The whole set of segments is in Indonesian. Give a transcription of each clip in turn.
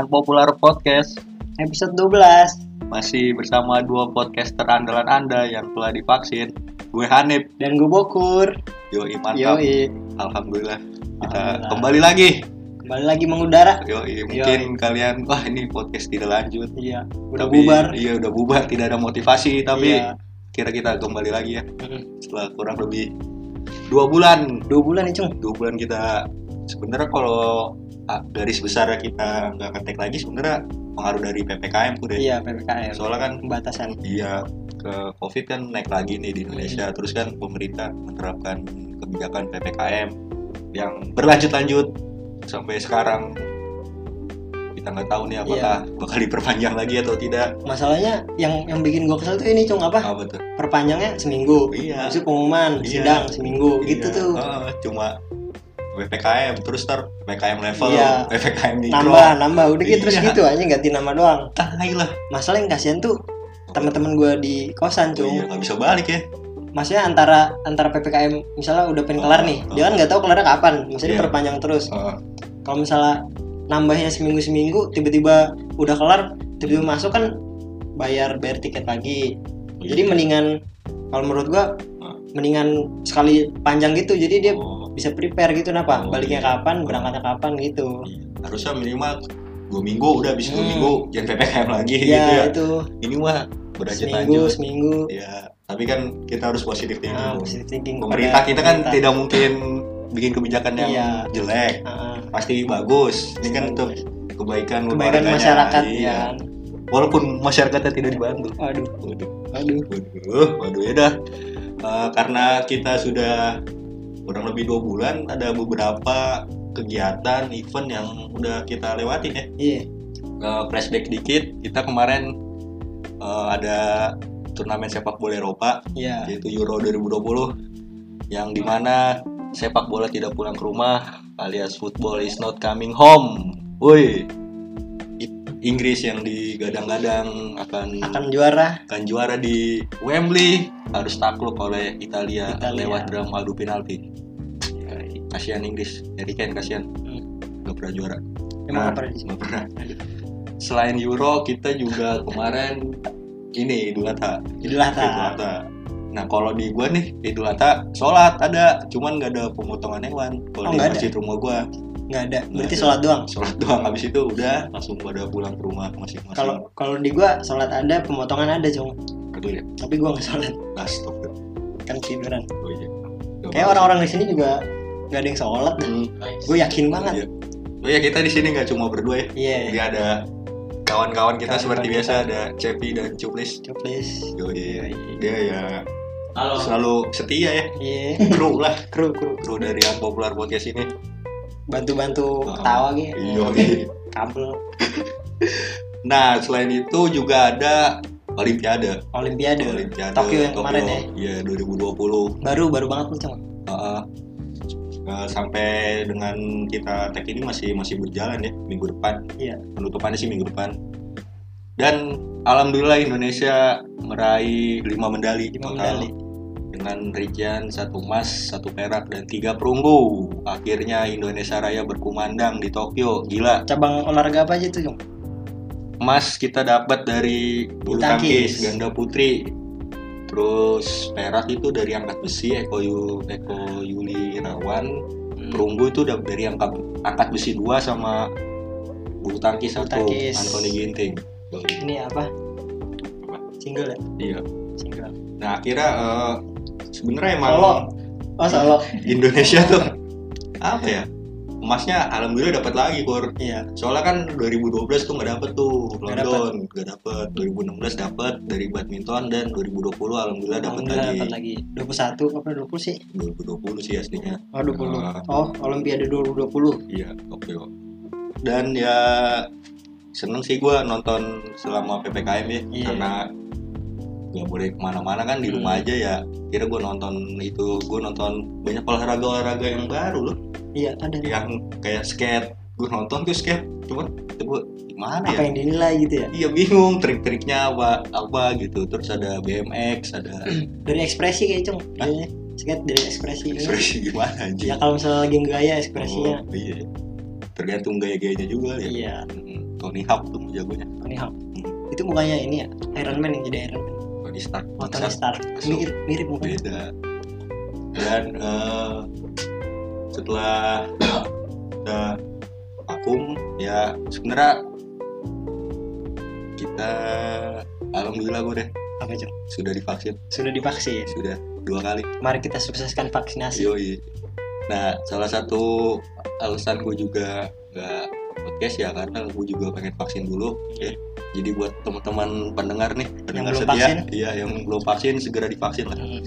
Unpopular Podcast Episode 12 Masih bersama dua podcaster andalan Anda yang telah divaksin Gue Hanif dan gue Bokur. Yoi mantap Yoi, Alhamdulillah Kita Alhamdulillah. kembali lagi kembali lagi mengudara. Yoi mungkin kalian Wah ini podcast tidak lanjut Iya, udah Tapi- bubar. Iya udah bubar tidak ada motivasi Tapi Iya. kira kita kembali lagi ya Mm. Setelah kurang lebih dua bulan Dua bulan ya, Cung. dua bulan kita sebenarnya kalau ah, garis besar kita nggak ngetek lagi sebenarnya pengaruh dari ppkm tuh deh Iya, PPKM. soalnya kan pembatasan. dia Iya, ke covid kan naik lagi nih di Indonesia terus kan pemerintah menerapkan kebijakan ppkm yang berlanjut-lanjut sampai sekarang kita nggak tahu nih apakah Iya. bakal diperpanjang lagi atau tidak Ah, Masalahnya yang yang bikin gue kesel tuh ini, Cung, apa? apa tuh Perpanjangnya seminggu. iya Habis itu Iya. pengumuman sidang seminggu gitu Iya, tuh. heeh, cuma ppkm terus ter ppkm level Iya. ppkm mikro Nambah, Ah, nambah udah gitu terus Iya. gitu aja ganti nama doang. tai lah Masalah yang kasihan tuh teman-teman gue di kosan, Oh iya, Cung. nggak bisa balik ya. Maksudnya antara antara PPKM misalnya udah pengen Oh, kelar nih. oh. Dia kan nggak tahu kelarnya kapan. Maksudnya Iya. diperpanjang terus. Heeh. kalau misalnya nambahnya seminggu seminggu tiba-tiba udah kelar tiba-tiba masuk kan bayar bayar tiket lagi iya. jadi mendingan kalau menurut gua Hah? mendingan sekali panjang gitu jadi dia Oh, bisa prepare gitu napa Oh, baliknya iya. kapan berangkatnya kapan gitu iya. harusnya minimal dua minggu udah habis dua Hmm. minggu jangan ppkm lagi ya gitu ya. itu Ini mah berlanjut seminggu lanjut. seminggu Ya, tapi kan kita harus positif thinking. nah, dong. positive thinking pemerintah kepada kita kan pemerintah. tidak mungkin bikin kebijakan yang Iya. jelek, Ah, pasti bagus. Ini kan untuk kebaikan kebaikan warganya. masyarakat Iya. ya Walaupun masyarakatnya tidak dibantu. waduh Waduh, waduh Iya. waduh, waduh ya dah. Eh, karena kita sudah kurang lebih dua bulan ada beberapa kegiatan event yang udah kita lewatin ya iya Eh, flashback dikit kita kemarin eh, ada turnamen sepak bola Eropa iya yaitu Euro 2020 yang dimana sepak bola tidak pulang ke rumah alias football is not coming home woi I- Inggris yang digadang-gadang akan akan juara akan juara di Wembley harus takluk oleh Italia, Italia. lewat drama adu penalti. Kasihan Inggris, Harry Kane kasihan. Hmm. Gak pernah juara. Nah. emang apa di sini Gak pernah. Selain Euro, kita juga kemarin ini Idul Adha. Idul Adha. Idul Adha. Nah kalau di gua nih Idul Adha sholat ada, cuman nggak ada pemotongan hewan. Kalau Oh, di nggak ada? masjid rumah gua nggak ada berarti ada. sholat doang sholat doang. Habis itu udah langsung pada pulang ke rumah masing-masing. kalau kalau di gua sholat ada pemotongan ada cung betul ya, tapi gua nggak sholat astagfirullah. kan tiduran Oh iya. Nggak kayak bagus. orang-orang di sini juga nggak ada yang sholat Hmm. gue yakin banget Iya. Oh iya kita di sini nggak cuma berdua ya. iya Jadi ada kawan-kawan kita Kawan-kawan seperti kita. biasa ada Cepi dan Cuplis. Coba please Yo, iya. Dia ya Oh. Halo. selalu setia ya. iya Kru lah, kru kru kru dari Unpopular Podcast ini. bantu-bantu Ah. ketawa gitu Yo, iya. kabel Nah selain itu juga ada Olimpiade. olimpiade Olimpiade Iya, Tokyo yang kemarin ya? Iya 2020. baru baru banget nih cung Heeh. Eh, sampai dengan kita tag ini masih masih berjalan ya minggu depan. Iya. Penutupannya sih minggu depan. Dan alhamdulillah Indonesia meraih 5 medali total lima medali dengan rincian satu emas, satu perak dan tiga perunggu. Akhirnya Indonesia Raya berkumandang di Tokyo. Gila. cabang olahraga apa aja tuh cung Emas kita dapat dari bulu Bulu tangkis. tangkis ganda putri. Terus perak itu dari angkat besi Eko, Yu- Eko Yuli Irawan Hmm. perunggu itu udah dari angkat angkat besi dua sama bulu tangkis Bulu satu tangkis. Anthony Ginting ini apa Apa? single ya iya single nah akhirnya eh, sebenarnya emang solo oh solo Indonesia tuh apa ya emasnya alhamdulillah dapat lagi kur iya soalnya kan 2012 tuh nggak dapet tuh Nggak London nggak dapet 2016 dapet dari badminton dan 2020 alhamdulillah dapet Alhamdulillah lagi dapat lagi 21 apa 20 sih 2020 sih aslinya Oh, 20. Ah. Oh, Olimpiade 2020. Iya, oke kok. Dan ya seneng sih gua nonton selama ppkm ya, Iya. karena nggak boleh kemana-mana kan di Hmm. rumah aja ya. Kira gua nonton itu, gua nonton banyak olahraga-olahraga yang baru loh, Iya, ada. yang kayak skate. Gua nonton tuh skate, cuman itu gua gimana Apa ya? yang dinilai gitu ya? Iya bingung trik-triknya apa apa gitu. Terus ada BMX, ada Dari ekspresi kayak cung. Kayaknya. Skate dari ekspresi. ekspresi gimana Oh, aja. Ya kalau misalnya lagi gaya Iya. ya ekspresinya. iya. Tergantung gaya-gayanya juga ya. Iya. Mm. Tony Hawk tuh jagonya Tony Hawk itu mukanya ini ya Iron Man yang jadi Iron Man Tony Stark oh, Tony Bangsat, Stark mirip mirip mukanya beda dan eh, setelah udah vakum ya sebenarnya kita alhamdulillah gue deh apa Cok? sudah divaksin sudah divaksin sudah dua kali mari kita sukseskan vaksinasi Yoi. Nah, salah satu alasan gue juga nggak podcast ya karena gue juga pengen vaksin dulu. ya. Jadi buat teman-teman pendengar nih, pendengar belum setia, vaksin. iya yang belum vaksin segera divaksin lah. Hmm.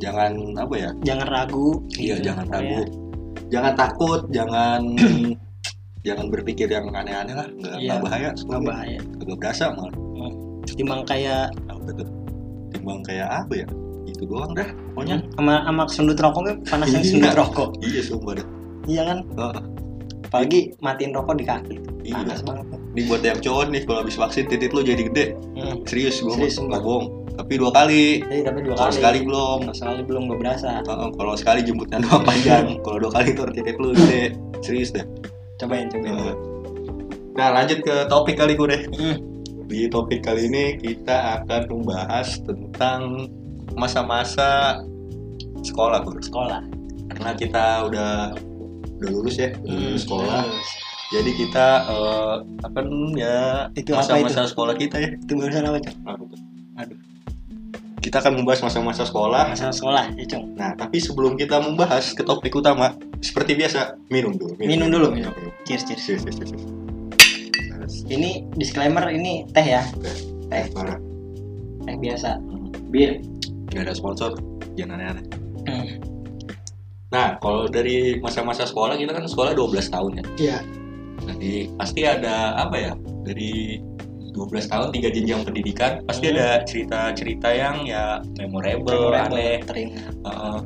Jangan apa ya? jangan ragu Iya, gitu. jangan Ya. ragu, jangan takut, jangan jangan berpikir yang aneh-aneh lah, nggak Iya. nggak bahaya, nggak sebenarnya. bahaya nggak berasa malah. timbang kayak Nah, betul. Timbang kayak apa ya? Itu doang dah, pokoknya. sama sama sundut rokoknya Hmm. panasan Iya. sundut rokok Iya, sumpah dah. iya kan Heeh. apalagi matiin rokok di kaki Iya. panas banget Ini buat yang cowok nih kalau habis vaksin titik lo jadi gede. hmm. Serius gue Serius, nggak sumpah. bohong. Tapi dua kali. jadi tapi dua Kalau kali Oh, sekali belum. Kalau sekali belum gak berasa Heeh, Kalau sekali jemputnya doang panjang. Kalau dua kali tuh titik lo gede. Serius deh. cobain cobain Heeh. Nah lanjut ke topik kali gue deh. Hmm. Di topik kali ini kita akan membahas tentang masa-masa sekolah Bro. sekolah Karena kita udah udah lulus ya udah Hmm. lulus sekolah. Jadi kita eh, akan ya itu apa itu masa-masa sekolah kita ya. itu barusan apa cong Aduh. Aduh. Kita akan membahas masa-masa sekolah. masalah sekolah ya cong Nah, tapi sebelum kita membahas ke topik utama, seperti biasa, minum dulu. Minum dulu. Minum cheers cheers Yes, yes, yes, yes. Yes, ini disclaimer ini teh ya Eh, parah. teh biasa Hmm. bir Nggak ada sponsor, jangan aneh-aneh. Hmm. Nah, kalau dari masa-masa sekolah, kita kan sekolah 12 tahun ya. iya Jadi, pasti ada apa ya, dari 12 tahun, tiga jenjang pendidikan, pasti Hmm. ada cerita-cerita yang ya memorable, aneh, teringat Heeh.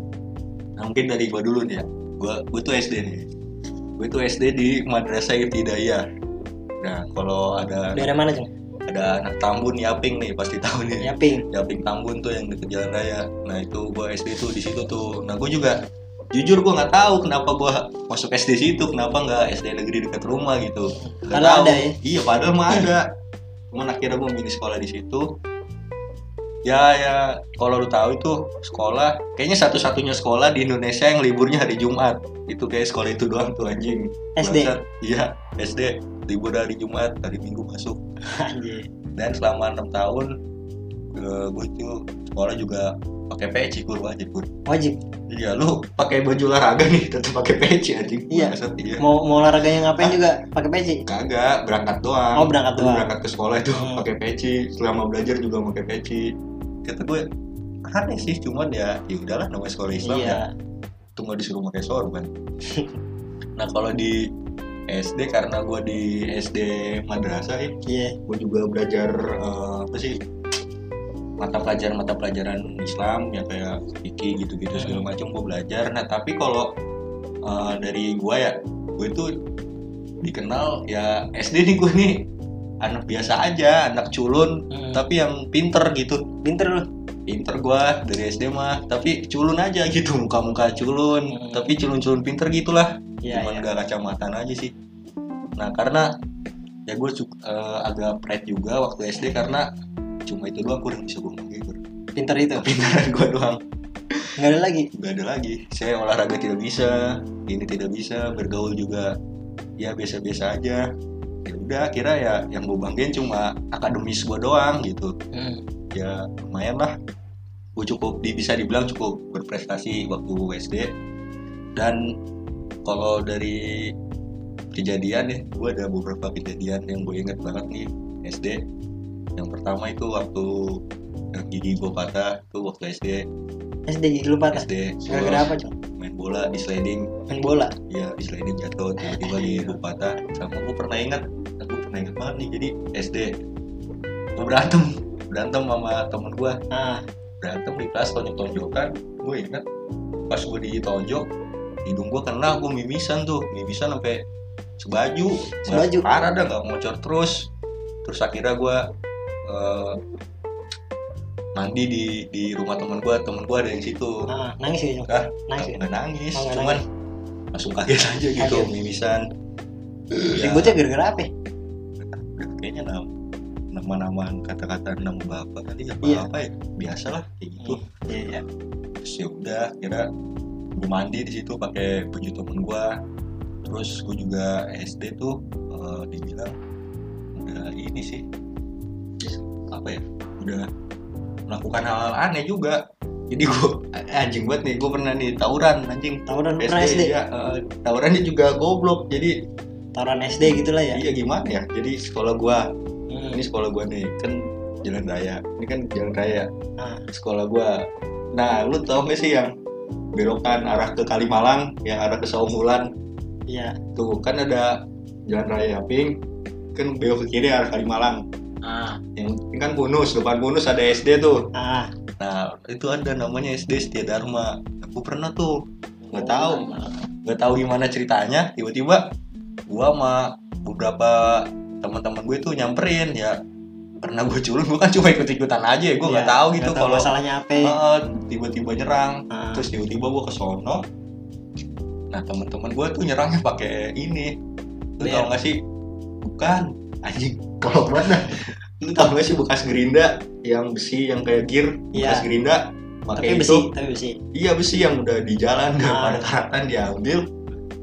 Nah, mungkin dari gua dulu nih ya. Gua gua tuh SD nih. Gua tuh SD di Madrasah Ibtidaiyah. Nah, kalau ada daerah mana Ya, cong ada anak Tambun Yaping nih pasti tahu nih. Yaping Yaping Tambun tuh yang deket jalan raya. Nah, itu gua SD tuh di situ tuh. Nah, gua juga jujur gua nggak tahu kenapa gua masuk SD situ, kenapa nggak SD negeri dekat rumah gitu. Nggak Padahal tahu. ada ya? Iya, padahal mah ada. Cuman akhirnya gua milih sekolah di situ. Ya ya, kalau lu tahu itu sekolah, kayaknya satu-satunya sekolah di Indonesia yang liburnya hari Jumat. Itu kayak sekolah itu doang tuh anjing. SD Bangsat. Iya, SD libur hari Jumat, hari Minggu masuk. anjir Dan selama enam tahun gue itu sekolah juga pakai peci gue wajib gue. wajib Iya, lu pakai baju olahraga nih, tetap pakai peci anjing. Iya. Bangsat, iya. mau mau olahraganya ngapain Ah. juga pakai peci Kagak, berangkat doang. oh berangkat Gue doang berangkat ke sekolah itu Hmm. pakai peci selama belajar juga pakai peci kata gue aneh sih cuman ya ya udahlah namanya sekolah Islam ya iya itu nggak disuruh pakai sorban nah kalau di SD karena gue di SD madrasah ya iya gue juga belajar eh, apa sih mata pelajaran mata pelajaran Islam ya kayak fikih gitu-gitu Hmm. segala macam gue belajar nah tapi kalau eh, dari gue ya gue itu dikenal ya SD nih gue nih anak biasa aja anak culun Hmm. tapi yang pinter gitu pinter lu pinter gue dari SD mah tapi culun aja gitu muka-muka culun Hmm. tapi culun-culun pinter gitulah iya cuman iya nggak kacamataan aja sih nah karena ya gue agak pride juga waktu SD karena cuma itu doang gue udah bisa gue lagi pinter itu pintaran gue doang nggak ada lagi nggak ada lagi saya olahraga tidak bisa ini tidak bisa bergaul juga ya biasa-biasa aja ya udah kira ya yang gue banggain cuma akademis gue doang gitu ya lumayan lah gue cukup di- bisa dibilang cukup berprestasi waktu SD dan kalau dari kejadian ya gue ada beberapa kejadian yang gue inget banget nih SD yang pertama itu waktu yang gigi gue patah itu waktu SD SD jadi lupa patah SD gara-gara apa cong gua main bola di sliding main bola ya di sliding jatuh tiba-tiba di patah sama gue pernah ingat gue pernah ingat banget nih jadi SD gue berantem berantem sama temen gue ah berantem di kelas tonjok-tonjokan gue ingat pas gue ditonjok hidung gue kena gue mimisan tuh mimisan sampai sebaju Sebaju. Nggak- parah dah nggak ngocor terus terus akhirnya gue eh, mandi di di rumah temen gue temen gue ada yang situ ah nangis ya cong Ah, nangis ya nggak nangis Oh, nggak cuman langsung kaget aja gitu Kaget. mimisan Ya, Iya, ributnya gara-gara apa ya? kayaknya nam- nama-namaan kata-kata nama bapak tadi apa Iya. apa ya biasalah kayak gitu Iya, iya. terus ya udah kira gue mandi di situ pakai baju temen gue terus gue juga SD tuh eh, dibilang udah ini sih apa ya udah melakukan hal-hal aneh juga jadi gue anjing banget nih gue pernah nih tawuran anjing Tawuran pernah SD, SD. ya eh, tawurannya juga goblok jadi Tawuran SD gitu lah ya. iya gimana ya jadi sekolah gue Hmm. ini sekolah gua nih kan jalan raya ini kan jalan raya Ah. sekolah gua nah lu tau gak sih yang belokan arah ke Kalimalang yang arah ke Saumulan Iya. tuh kan ada jalan raya pink kan belok ke kiri arah Kalimalang Ah. yang ini kan bonus depan bonus ada SD tuh Ah. nah itu ada namanya SD Setia Dharma aku pernah tuh nggak tahu nggak tahu gimana ceritanya tiba-tiba gua sama beberapa teman-teman gue tuh nyamperin ya karena gue culun gue kan cuma ikut-ikutan aja ya gue nggak Iya, tahu gitu kalau Oh. masalahnya apa. Heeh, tiba-tiba nyerang Ah. terus tiba-tiba gue ke sono nah teman-teman gue tuh nyerangnya pakai ini lu Ler. tau gak sih bukan anjing kalau mana lu tau gak sih bekas gerinda yang besi yang kayak gear Iya. bekas gerinda tapi pakai besi, itu tapi besi. Iya besi yang udah di jalan nggak Ah. pada karatan diambil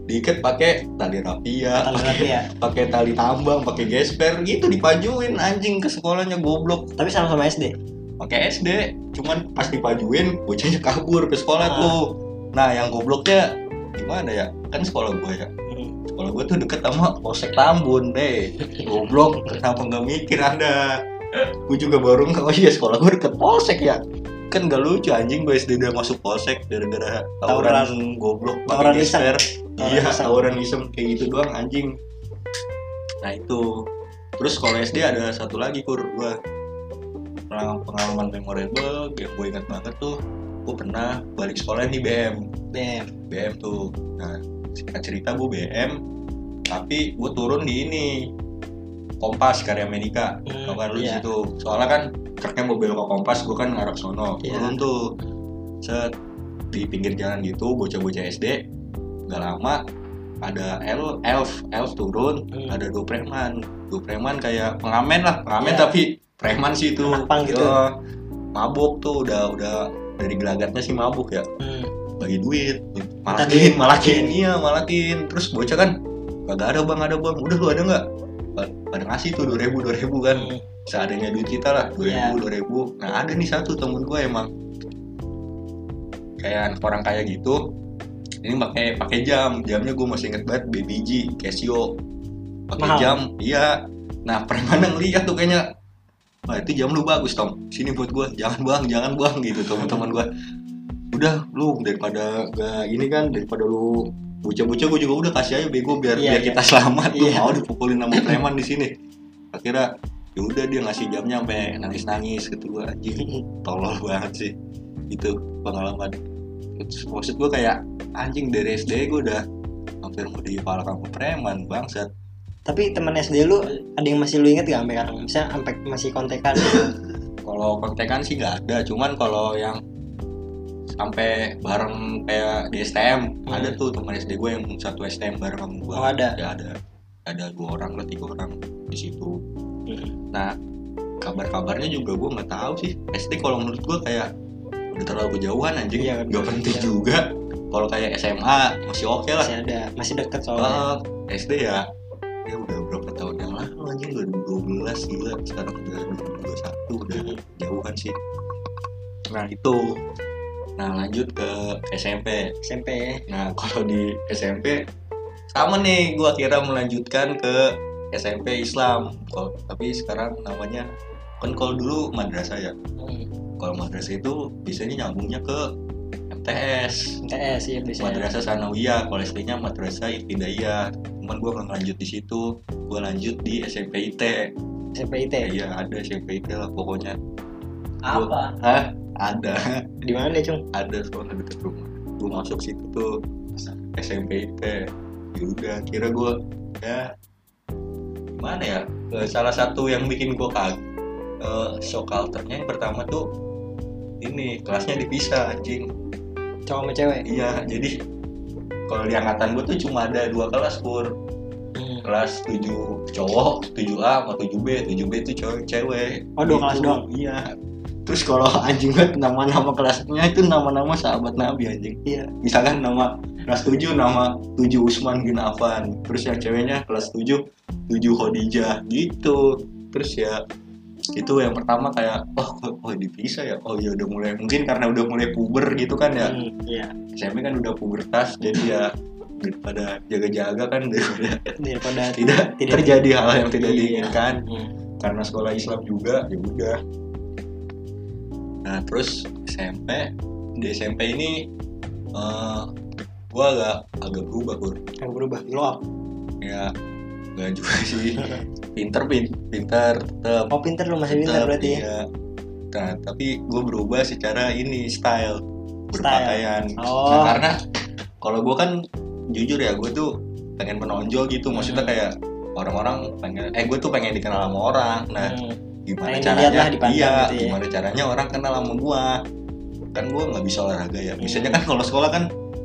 diikat pakai tali rapia, Tali pakai rapi ya. pakai tali tambang, pakai gesper gitu dipajuin anjing ke sekolahnya goblok. Tapi sama-sama SD. Pakai SD, cuman pas dipajuin bocahnya kabur ke sekolah Ah. tuh. Nah yang gobloknya gimana ya? Kan sekolah gue ya. Hmm. Sekolah gue tuh deket sama Polsek Tambun deh. Goblok, kenapa nggak mikir anda? Gue juga baru nggak oh iya sekolah gue deket Polsek ya. Kan gak lucu anjing gue SD udah masuk Polsek gara-gara tawuran goblok Tawuran pakai gesper. iseng. Tawuran Iya iseng. tawuran iseng kayak gitu doang anjing. Nah itu. Terus kalau SD ada satu lagi kur gue pengalaman, pengalaman memorable yang gue ingat banget tuh gue pernah balik sekolah di BM BM. BM tuh. Nah, singkat cerita gue BM, tapi gue turun di ini Kompas karya Menika. Hmm, Tau kan lu di iya. situ. Soalnya kan truknya mau belok ke Kompas, gue kan ngarep sono. Iya. Turun tuh. Set di pinggir jalan gitu, bocah-bocah SD. Gak lama ada el- elf, elf turun, Hmm. ada dua preman. Dua preman kayak pengamen lah, pengamen Iya. tapi preman sih itu. Anak pang gitu. Iya. mabuk tuh udah udah dari gelagatnya sih mabuk ya Hmm. bagi duit duit. malakin malakin iya malakin terus bocah kan kagak ada bang ada bang udah lu ada nggak Pa- pada ngasih tuh dua ribu dua ribu kan Hmm. seadanya duit kita lah dua Iya. ribu dua ribu nah ada nih satu temen gue emang kayak anak orang kaya gitu ini pakai pakai jam jamnya gue masih inget banget BBG Casio Mahal. pakai jam iya nah preman yang lihat tuh kayaknya Wah itu jam lu bagus Tom Sini buat gua Jangan bang Jangan bang gitu teman-teman gua Udah lu Daripada gak ini kan Daripada lu Bocah-bocah gua juga udah kasih aja bego Biar Iya, biar iya. kita selamat Lu Iya. mau dipukulin sama preman di sini Akhirnya ya udah dia ngasih jamnya sampai nangis-nangis gitu gua anjing tolol banget sih itu pengalaman Terus maksud gua kayak anjing dari SD gua udah hampir mau dipalak sama preman bangsat Tapi teman SD lu ada yang masih lu inget gak sampai sekarang? Misalnya sampai masih kontekan. kalau kontekan sih nggak ada cuman kalau yang sampai bareng kayak di STM Hmm. ada tuh teman SD gue yang satu STM bareng sama gue Oh, ada. ya, ada ada dua orang lah tiga orang di situ Mm-hmm. nah kabar-kabarnya juga gue nggak tahu sih SD kalau menurut gue kayak udah terlalu kejauhan anjing Iya, nggak penting iya. juga kalau kayak SMA masih oke lah masih ada, masih deket soalnya. Eh, SD ya ya udah berapa tahun yang lalu anjing 2012 gila sekarang udah 2021 udah Hmm, jauhan sih nah itu nah lanjut ke SMP SMP ya. nah kalau di SMP sama nih gua kira melanjutkan ke SMP Islam Kalau- tapi sekarang namanya kan kalau dulu madrasah ya kalau madrasah itu biasanya nyambungnya ke MTS MTS ya biasanya. madrasah sanawiyah kalau SD-nya madrasah ibtidaiyah cuman gua nggak lanjut di situ gua lanjut di SMP IT SMP IT. ya iya ada SMP IT lah pokoknya Apa? Hah? ada Di mana, Cung? ada soalnya deket rumah gue masuk situ tuh SMP IP ya udah kira gue ya gimana ya eh, salah satu yang bikin gue kaget eh, shock culture-nya yang pertama tuh ini kelasnya dipisah anjing Ya. Cowok sama cewek? iya jadi kalau di angkatan gue tuh cuma ada dua kelas pur Hmm. kelas 7 cowok 7A sama 7B 7B itu cowok cewek Oh, dua kelas Gitu. doang? iya terus kalau anjing banget nama-nama kelasnya itu nama-nama sahabat nabi anjing Iya. misalkan nama kelas 7 nama 7 Usman bin Affan terus yang ceweknya kelas 7 7 Khadijah gitu terus ya itu yang pertama kayak oh kok- oh dipisah ya oh ya udah mulai mungkin karena udah mulai puber gitu kan ya Hmm, Iya. SMP kan udah pubertas jadi ya daripada jaga-jaga kan daripada Daripada tidak, Tidak. terjadi hal yang tidak Iya. diinginkan Hmm. karena sekolah Islam juga ya udah nah terus SMP di SMP ini eh, gua agak agak berubah Pur. yang berubah glow up. ya nggak juga sih pinter pin pinter tetap Oh pinter lu masih pinter berarti ya. iya. nah tapi gue berubah secara ini style berpakaian Oh. Nah, karena kalau gue kan jujur ya gue tuh pengen menonjol gitu maksudnya Hmm. kayak orang-orang pengen eh gue tuh pengen dikenal sama orang nah Hmm. gimana Pengen caranya dilihat lah, dipandang iya gitu ya. gimana caranya orang kenal sama gue kan gue nggak bisa olahraga Iya. ya biasanya kan kalau sekolah kan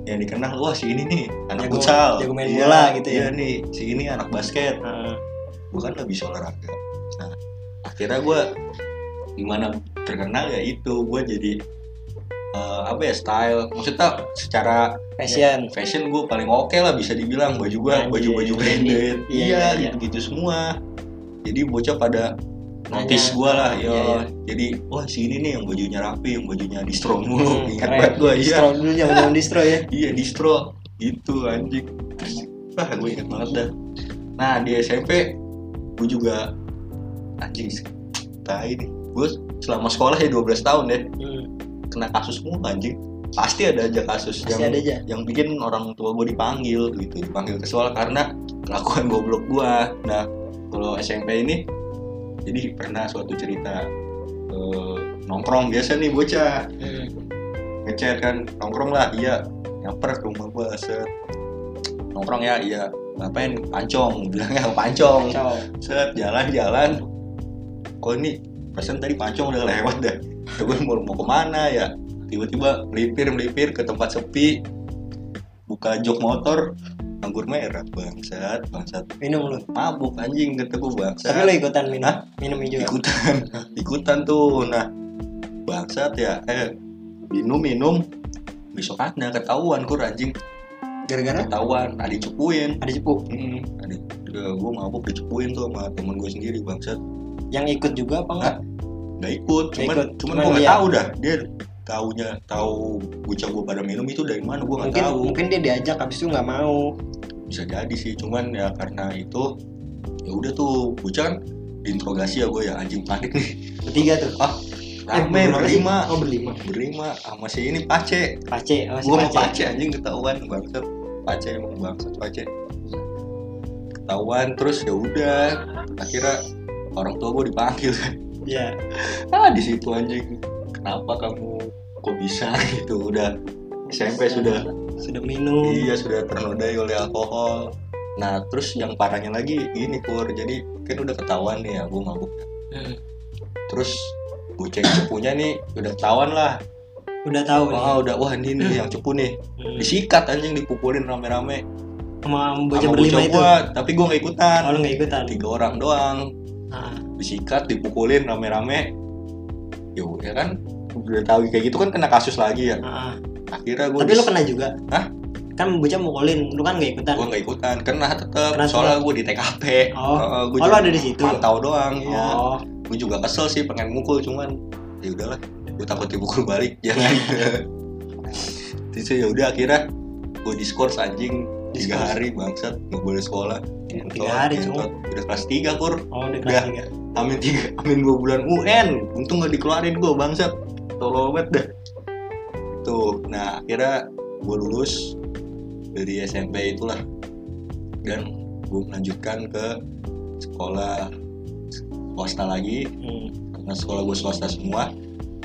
yang dikenal wah si ini nih anak Jago- futsal jago main Iya, bola gitu ya. iya nih si ini anak basket Hmm. gue kan lebih bisa olahraga nah akhirnya gue gimana terkenal ya itu gue jadi eh, apa ya style maksudnya secara Fashion. fashion gue paling oke lah bisa dibilang baju gue Anjir. baju baju branded Iya, iya iya, iya. gitu gitu semua jadi bocah pada notice Nanya. gue lah yo Iya, iya. jadi wah si ini nih yang bajunya rapi yang bajunya distro mulu Hmm, ingat keren. banget gue iya Distro dulu zaman zaman distro ya. Iya distro gitu anjing. Wah gue ingat banget dah. Nah di SMP gue juga anjing tai nih. Gue selama sekolah ya 12 tahun ya kena kasus mulu anjing. Pasti ada aja kasus Masih yang ada aja. yang bikin orang tua gue dipanggil gitu dipanggil ke sekolah karena kelakuan goblok gue. Nah kalau SMP ini jadi pernah suatu cerita eh, nongkrong biasa nih bocah ngechat kan nongkrong lah iya nyamper ke rumah gua set nongkrong ya iya ngapain pancong bilangnya pancong Kacau. set jalan-jalan kok ini perasaan tadi pancong udah lewat dah ya gue mau, mau kemana ya tiba-tiba melipir melipir ke tempat sepi buka jok motor anggur merah bangsat bangsat Minum lu. mabuk anjing kata gue bangsat Tapi lu ikutan minum. Nah. Hah? Minum ya? juga. ikutan ikutan tuh nah bangsat ya eh minum minum besoknya ketahuan kur anjing Gara-gara ketahuan ada dicepuin ada cepu. hmm, ada gue mabuk dicepuin tuh sama temen gue sendiri bangsat Yang ikut juga apa enggak? nggak ikut Nggak cuman ikut, cuman cuman ya. gue nggak lihat. tahu dah dia taunya tahu bocah gue pada minum itu dari mana gue nggak Mungkin tahu mungkin dia diajak habis itu nggak mau. bisa jadi sih cuman ya karena itu ya udah tuh bocah kan diinterogasi ya gue ya anjing panik nih Bertiga tuh. Eh, ah rame berapa sih? berlima Oh berlima. berlima sama si ini pace Pace. Oh, si gue mau Pace. pace anjing ketahuan bangsat pace emang bangsat pace ketahuan terus ya udah akhirnya orang tua gue dipanggil Iya. ah di situ anjing kenapa kamu kok bisa gitu udah SMP sudah Sudah minum. iya sudah ternodai oleh alkohol nah terus yang parahnya lagi ini pur jadi kan udah ketahuan nih ya gue mabuk Hmm. terus gue cek cepunya nih udah ketahuan lah Udah tahu nih. wah udah wah ini nih yang cepu nih Oh, iya. Hmm. disikat anjing dipukulin rame-rame Sama bocah sama berlima bocah itu. gua, tapi gua gak ikutan Oh, lu nggak ikutan. tiga orang doang Ah, disikat dipukulin rame-rame ya udah kan udah tahu kayak gitu kan kena kasus lagi ya ah, ah. akhirnya gua Tapi lu dis- kena juga. Hah? Kan bocah mukulin, lu kan nggak ikutan. gua nggak ikutan kena tetep Kena soalnya gua di TKP Oh. Heeh, gua Oh, lu cuma ada di situ. pantau doang ya Oh, gua juga kesel sih pengen mukul cuman ya udahlah gua takut dipukul balik jangan terus ya udah akhirnya gua diskors anjing tiga Diskors. hari bangsat nggak boleh sekolah tiga hari cuma. Ngentot. udah kelas tiga kur Oh, Udah. udah kelas tiga. Amin tiga, amin dua bulan UN. Untung nggak dikeluarin gue bangsat. Tolol banget dah. Tuh, nah akhirnya gue lulus dari SMP itulah dan gue melanjutkan ke sekolah swasta lagi Hmm, karena sekolah gue swasta semua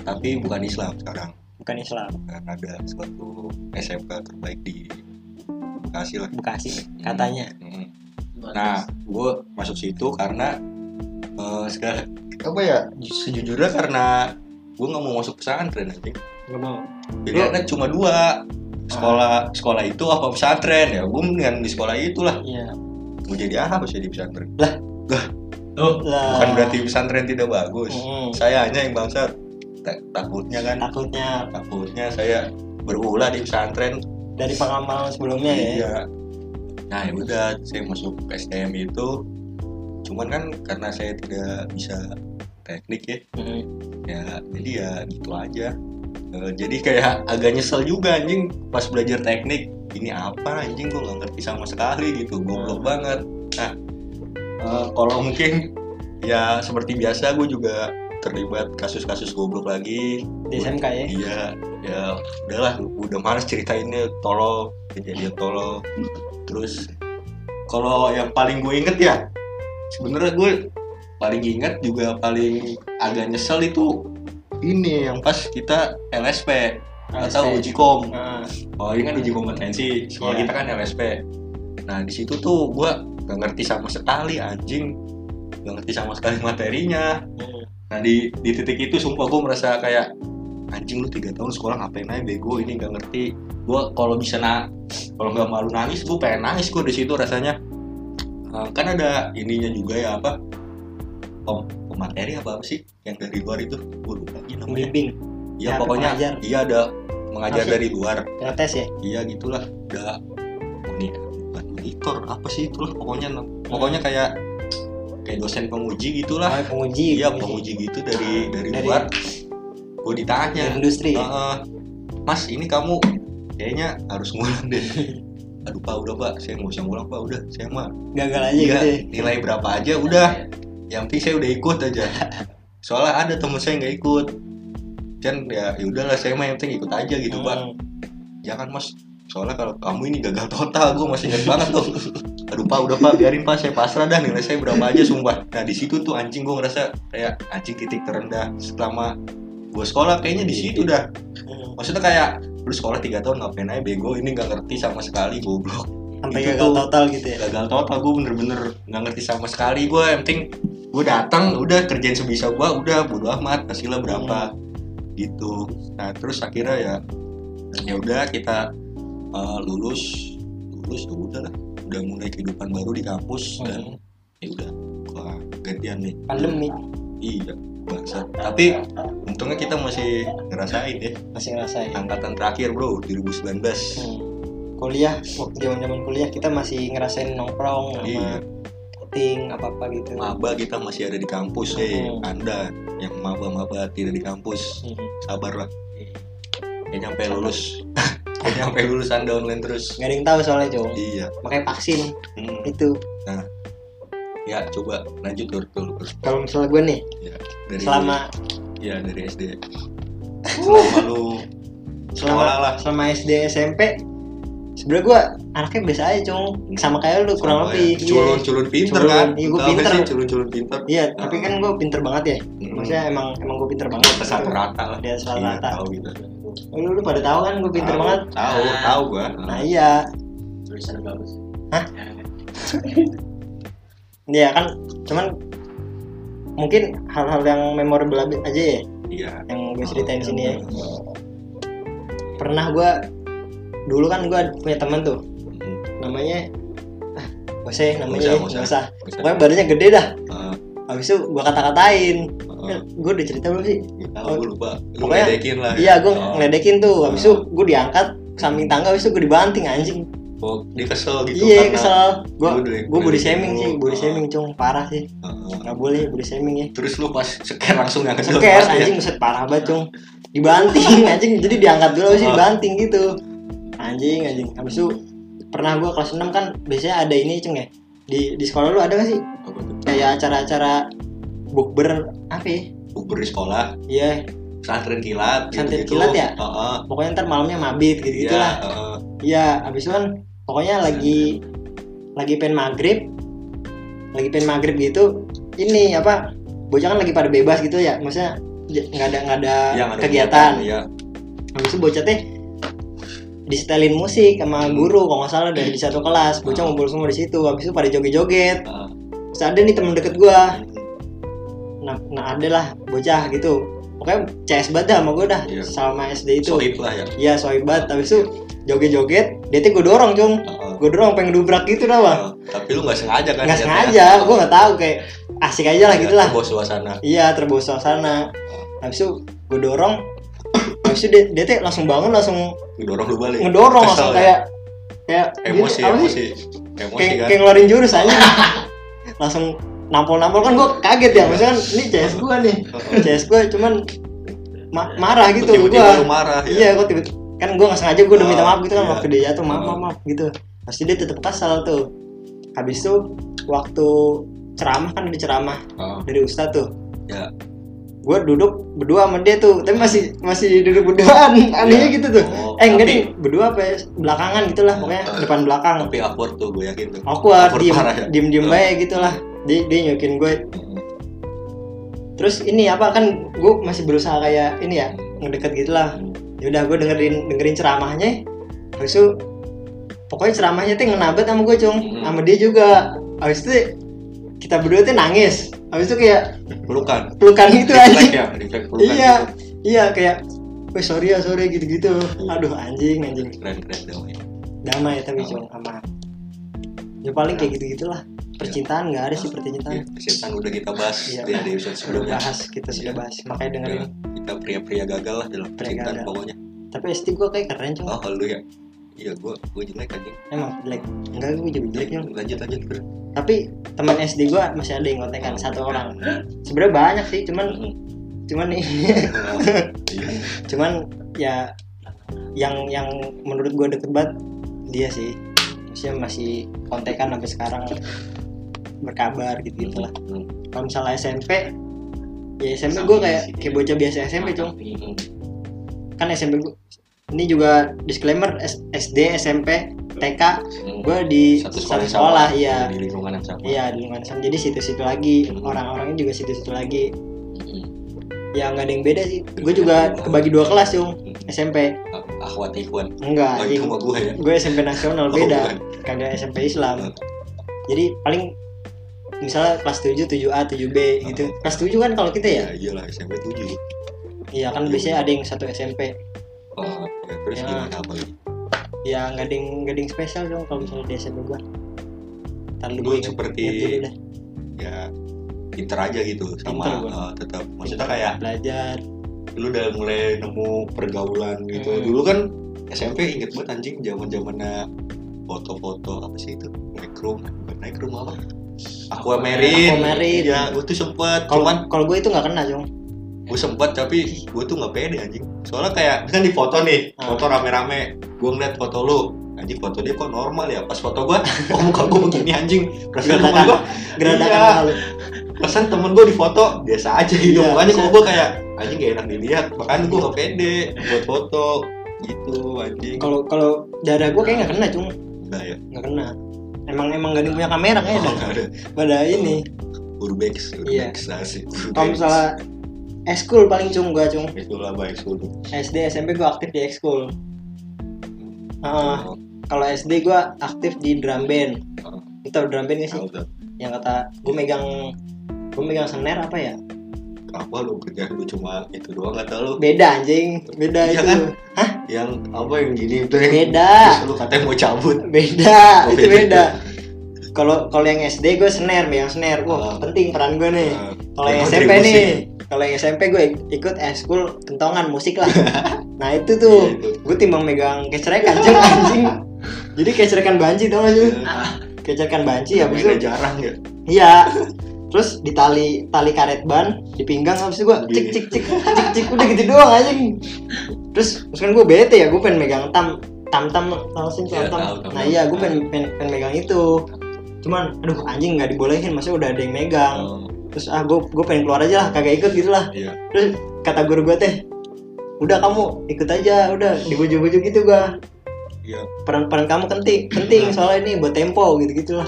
tapi bukan Islam sekarang bukan Islam, karena ada suatu SMK terbaik di Bekasi lah Bekasi katanya. Mm. Nah, gue masuk situ karena eh sekarang apa ya? Sejujurnya karena gue nggak mau masuk pesantren aja. nggak mau. Pilihannya cuma dua sekolah sekolah itu apa pesantren ya gue mendingan di sekolah itulah Iya. mau jadi apa saya di pesantren Oh, Lah. bukan berarti pesantren tidak bagus Mm, saya hanya yang bangsa ta- takutnya kan takutnya takutnya saya berulah di pesantren dari pengalaman sebelumnya ya iya nah ya udah saya masuk ke SDM itu cuman kan karena saya tidak bisa teknik ya Mm. ya jadi ya gitu aja Eh, jadi kayak agak nyesel juga anjing pas belajar teknik ini apa anjing gue nggak ngerti sama sekali gitu goblok banget nah eh, kalau mungkin ya seperti biasa gue juga terlibat kasus-kasus goblok lagi di SMK ya Iya, ya udahlah, udah males ceritainnya tolol, kejadian tolol. Terus kalau yang paling gue inget ya, sebenarnya gue paling inget juga paling agak nyesel itu ini yang pas kita LSP atau LSP. uji kom. Nah, Oh ini kan uji kompetensi, sekolah Iya. kita kan LSP. Nah di situ tuh gue gak ngerti sama sekali anjing, gak ngerti sama sekali materinya. mm. Nah di, di titik itu sumpah gue merasa kayak anjing lu tiga tahun sekolah ngapain aja bego ini nggak ngerti gue kalau bisa na kalau nggak malu nangis gue pengen nangis gue di situ rasanya Eh, kan ada ininya juga ya apa Pem- pemateri apa, apa sih yang dari luar itu gue lupa lagi namanya pembimbing ya Ya, ada pokoknya pengajar. iya ada mengajar Masih. dari luar gratis ya iya gitulah udah unik bukan monitor apa sih itulah pokoknya pokoknya Hmm. kayak kayak dosen penguji gitulah Oh, penguji Iya penguji gitu dari dari, Dari- luar. Gue ditanya, Dari industri ya? "Eh, Mas ini kamu kayaknya harus ngulang deh. Aduh pak udah pak, saya nggak usah ngulang pak udah, saya mah gagal aja iya, gitu ya nilai berapa aja udah. Yang penting saya udah ikut aja. Soalnya ada temen saya nggak ikut. Dan ya ya udahlah saya mah yang penting ikut aja gitu pak. Mm. Jangan Ya kan, mas, soalnya kalau kamu ini gagal total, gue masih ingat banget tuh. Aduh pak, udah pak, biarin pak, saya pasrah dah nilai saya berapa aja sumpah. Nah di situ tuh anjing gue ngerasa kayak anjing titik terendah selama gue sekolah kayaknya di situ dah. Mm. Maksudnya kayak lu sekolah tiga tahun ngapain aja bego ini nggak ngerti sama sekali goblok sampai Itu gagal tuh- total gitu ya gagal total gue bener-bener nggak ngerti sama sekali gue yang penting gue datang udah kerjain sebisa gue udah bodo amat hasilnya berapa gitu nah terus akhirnya ya ya udah kita uh, lulus lulus tuh udah lah udah mulai kehidupan baru di kampus dan Mm. ya udah wah gantian nih pandemi iya bangsa tapi untungnya kita masih ngerasain ya masih ngerasain angkatan terakhir bro 2019 Hmm. kuliah waktu zaman zaman kuliah kita masih ngerasain nongkrong Iya. Ah. sama outing apa apa gitu maba kita masih ada di kampus eh Hmm. anda yang maba-maba tidak di kampus Hmm. sabarlah ya nyampe lulus ya nyampe lulus anda online terus nggak ada yang tahu soalnya cowok iya pakai vaksin Hmm. itu ya coba lanjut tur tur tur. kalau misalnya gue nih dari selama ya dari SD selama lu selama sekolah lah selama SD SMP sebenernya gue anaknya biasa aja cowok sama kayak lu kurang Sama lebih iya. ya. culun culun pinter Culun. kan Iya, gua Tau nggak pinter. sih culun culun pinter iya iya tapi kan gue pinter banget ya Hmm. maksudnya emang emang gue pinter banget Atas satu rata lah di atas Iya, rata tahu gitu lu, lu pada tahu kan gue pinter Tahu, banget tahu tahu gua nah iya tulisan bagus. Iya kan, cuman mungkin hal-hal yang memorable ab- aja ya iya Hmm, yang gue ceritain sini ya. Pernah gue dulu kan gue punya teman tuh Hmm. namanya ah, gak usah ya, Nggak usah, namanya nggak gak usah. Bisa. Pokoknya badannya gede dah. Ah, Habis itu gue kata-katain. ah. gue udah cerita belum sih? Tahu gue Gitu. lupa. Lu Oh, Pokoknya- ngedekin lah. Iya, gue Oh. ngeledekin tuh. Habis itu gue diangkat samping tangga, habis itu gue dibanting anjing. Oh, dia kesel gitu. Iya, karena- kesel. lu Gue udah- gue body udah shaming gitu. sih, body Ah. shaming cung parah sih. Heeh. Gak boleh body shaming ya. oh. Terus lu pas seker langsung yang kedua. Seker anjing buset parah ya. banget cung Dibanting anjing jadi diangkat dulu sih Ah. dibanting gitu Anjing anjing Habis itu pernah gua kelas 6 kan biasanya ada ini cung ya Di, di sekolah lu ada gak sih kayak acara-acara bukber apa ya Uber di sekolah, Iya pesantren kilat. Pesantren gitu-gitu. kilat ya? Heeh. pokoknya ntar malamnya mabit Iya, gitu gitulah heeh. Iya habis itu kan pokoknya lagi lagi pengen maghrib lagi pengen maghrib gitu ini apa bocah kan lagi pada bebas gitu ya maksudnya j- nggak ada Iya, nggak ada Yang ada kegiatan Iya. habis itu bocah teh disetelin musik sama Hmm. guru kalau nggak salah dari di satu kelas Ah. bocah ngumpul semua di situ habis itu pada joget-joget Ah. terus ada nih teman deket gua Hmm, nah, nah ada lah bocah gitu pokoknya CS banget dah sama gua dah Iya. sama SD itu Sohib lah ya. iya sohib banget habis itu joget-joget dia teh gua dorong cung Heeh. gue dulu pengen dubrak gitu dah bang Oh, tapi lu nggak sengaja kan? nggak liatnya? sengaja gue nggak tahu kayak asik aja lah Liat gitu lah Bos suasana. iya terbawa suasana habis itu gue dorong habis itu dia, dia teh langsung bangun langsung Ngedorong lu balik. ngedorong Kesel langsung ya? kayak kayak emosi, gitu, apa sih? emosi, emosi kayak, kan. kayak ngeluarin jurus aja langsung nampol-nampol kan gue kaget ya maksudnya kan ini CS gue nih Heeh. CS gue cuman ma- marah gitu oh. gue Tiba-tiba lu marah. ya? iya gue tiba kan gue nggak sengaja gue udah minta Ah, maaf gitu kan iya. waktu dia jatuh maaf Ah. maaf maaf gitu pasti dia tetap kesal tuh habis itu waktu ceramah kan ada ceramah Heeh. dari ustadz tuh Ya. gue duduk berdua sama dia tuh tapi masih masih duduk berduaan anehnya Iya. gitu tuh Oh, eh enggak tapi- deh berdua apa ya belakangan gitulah pokoknya depan belakang Eh, Tapi awkward tuh gue yakin tuh. awkward Awkward diem parah ya. diem diem Oh. baik gitulah dia dia nyokin gue terus ini apa kan gue masih berusaha kayak ini ya ngedeket gitulah ya udah gue dengerin dengerin ceramahnya terus itu pokoknya ceramahnya tuh ngena banget sama gue cung Hmm. sama dia juga habis itu kita berdua tuh nangis habis itu kayak Pelukan. pelukan gitu Refleks aja ya, refleks pelukan. iya gitu. iya kayak Wih sorry ya sorry gitu-gitu Aduh anjing anjing Keren keren ya. damai. Damai tapi cung aman Ya paling kayak gitu-gitulah Percintaan gak ada sih percintaan Ya, Kesehatan udah kita bahas Iya. di di episode sudah sebelumnya. bahas kita sudah Iya. bahas makanya dengerin Udah, Kita pria-pria gagal lah dalam Pria percintaan gagal. pokoknya. tapi ST gue kayak keren cuma Oh lu ya. Iya gue gue jelek anjing. emang jelek enggak gue juga jelek Cung. Lanjut lanjut bro. tapi teman SD gue masih ada yang Oh, kontekan satu orang sebenarnya banyak sih cuman cuman gitu Iya. cuman ya yang yang menurut gue deket banget dia sih maksudnya masih kontekan sampai sekarang berkabar gitu gitulah Hmm. kalau misalnya SMP ya SMP gue kayak kayak bocah biasa SMP cung Hmm. kan SMP gue ini juga disclaimer S- SD SMP TK Hmm. gue di Satu satu sekolah, sekolah, yang sama. iya Di lingkungan yang sama. iya di lingkungan sama jadi situ-situ lagi Hmm. orang-orangnya juga situ-situ lagi Hmm. ya nggak ada yang beda sih gue juga kebagi dua kelas yung Hmm. SMP Akhwat Ikhwan. enggak Oh itu anjing mah gue ya. gue SMP nasional Oh, beda bukan. kagak SMP Islam Hmm. jadi paling misalnya kelas 7, 7A, 7B gitu Hmm. kelas 7 kan kalau kita ya Ya iyalah SMP 7. iya kan biasanya ada yang satu SMP Oh, ya, terus Ya. gimana apa lagi? ya nggak ada yang nggak ada yang spesial dong kalau misalnya di SMP gue Ntar Lu gue inget- seperti inget dulu dah. ya pinter aja gitu sama Pinter, Bang. eh, tetap maksudnya kayak belajar lu udah mulai nemu pergaulan gitu Hmm. dulu kan SMP inget banget anjing zaman zamannya foto-foto apa sih itu Lightroom bukan Lightroom apa Aquamarine Aquamarine. ya gue tuh sempet kalau cuman kalau gue itu nggak kena Jong gue sempet tapi gue tuh nggak pede anjing soalnya kayak kan di foto nih Ah. foto rame-rame gue ngeliat foto lu anjing foto dia kok normal ya pas foto gue oh muka gue begini anjing perasaan temen gue geradakan Iya. lalu pesan temen gue di foto biasa aja gitu Iya, makanya kalau iya. gue kayak anjing gak enak dilihat makanya gue gak pede buat foto gitu anjing kalau kalau darah gue kayak nggak kena Jong enggak ya nggak kena emang emang nggak ada yang punya kamera oh, kayaknya dah nggak ada pada ini urbex Iya. urbex asik kalau misalnya ekskul paling cung gue cung itu lah baik sulit SD SMP gue aktif di ekskul Ah, kalau SD gue aktif di drum band Oh. itu tau drum band nggak sih tahu tuh yang kata gue megang gue megang snare apa ya apa lu kerja lu cuma itu doang kata lu beda anjing beda Iya itu kan? yang apa yang gini tuh yang beda terus lu katanya mau cabut beda Oh, itu beda. beda kalau kalau yang SD gue snare megang snare Ah. wah penting peran gue nih Nah, kalau yang Kontribusi. SMP nih kalau yang SMP gue ikut eskul kentongan musik lah nah itu tuh gitu. gue timbang megang kecerekan cuy, anjing jadi kecerekan banci tau gak sih kecerekan banci Iya, habis mainnya itu jarang ya. iya terus di tali tali karet ban di pinggang habis itu gue cik cik cik cik cik udah gitu doang anjing terus misalkan gue bete ya gue pengen megang tam tam tam tau sih tam Iya, tam tahu, tahu. nah iya gue pengen, pengen pengen megang itu cuman aduh anjing nggak dibolehin maksudnya udah ada yang megang Oh, terus ah gue gue pengen keluar aja lah kagak ikut gitu lah iya. terus kata guru gue teh udah kamu ikut aja udah dibujuk-bujuk gitu gua Iya. peran-peran kamu penting penting soalnya ini buat tempo gitu gitulah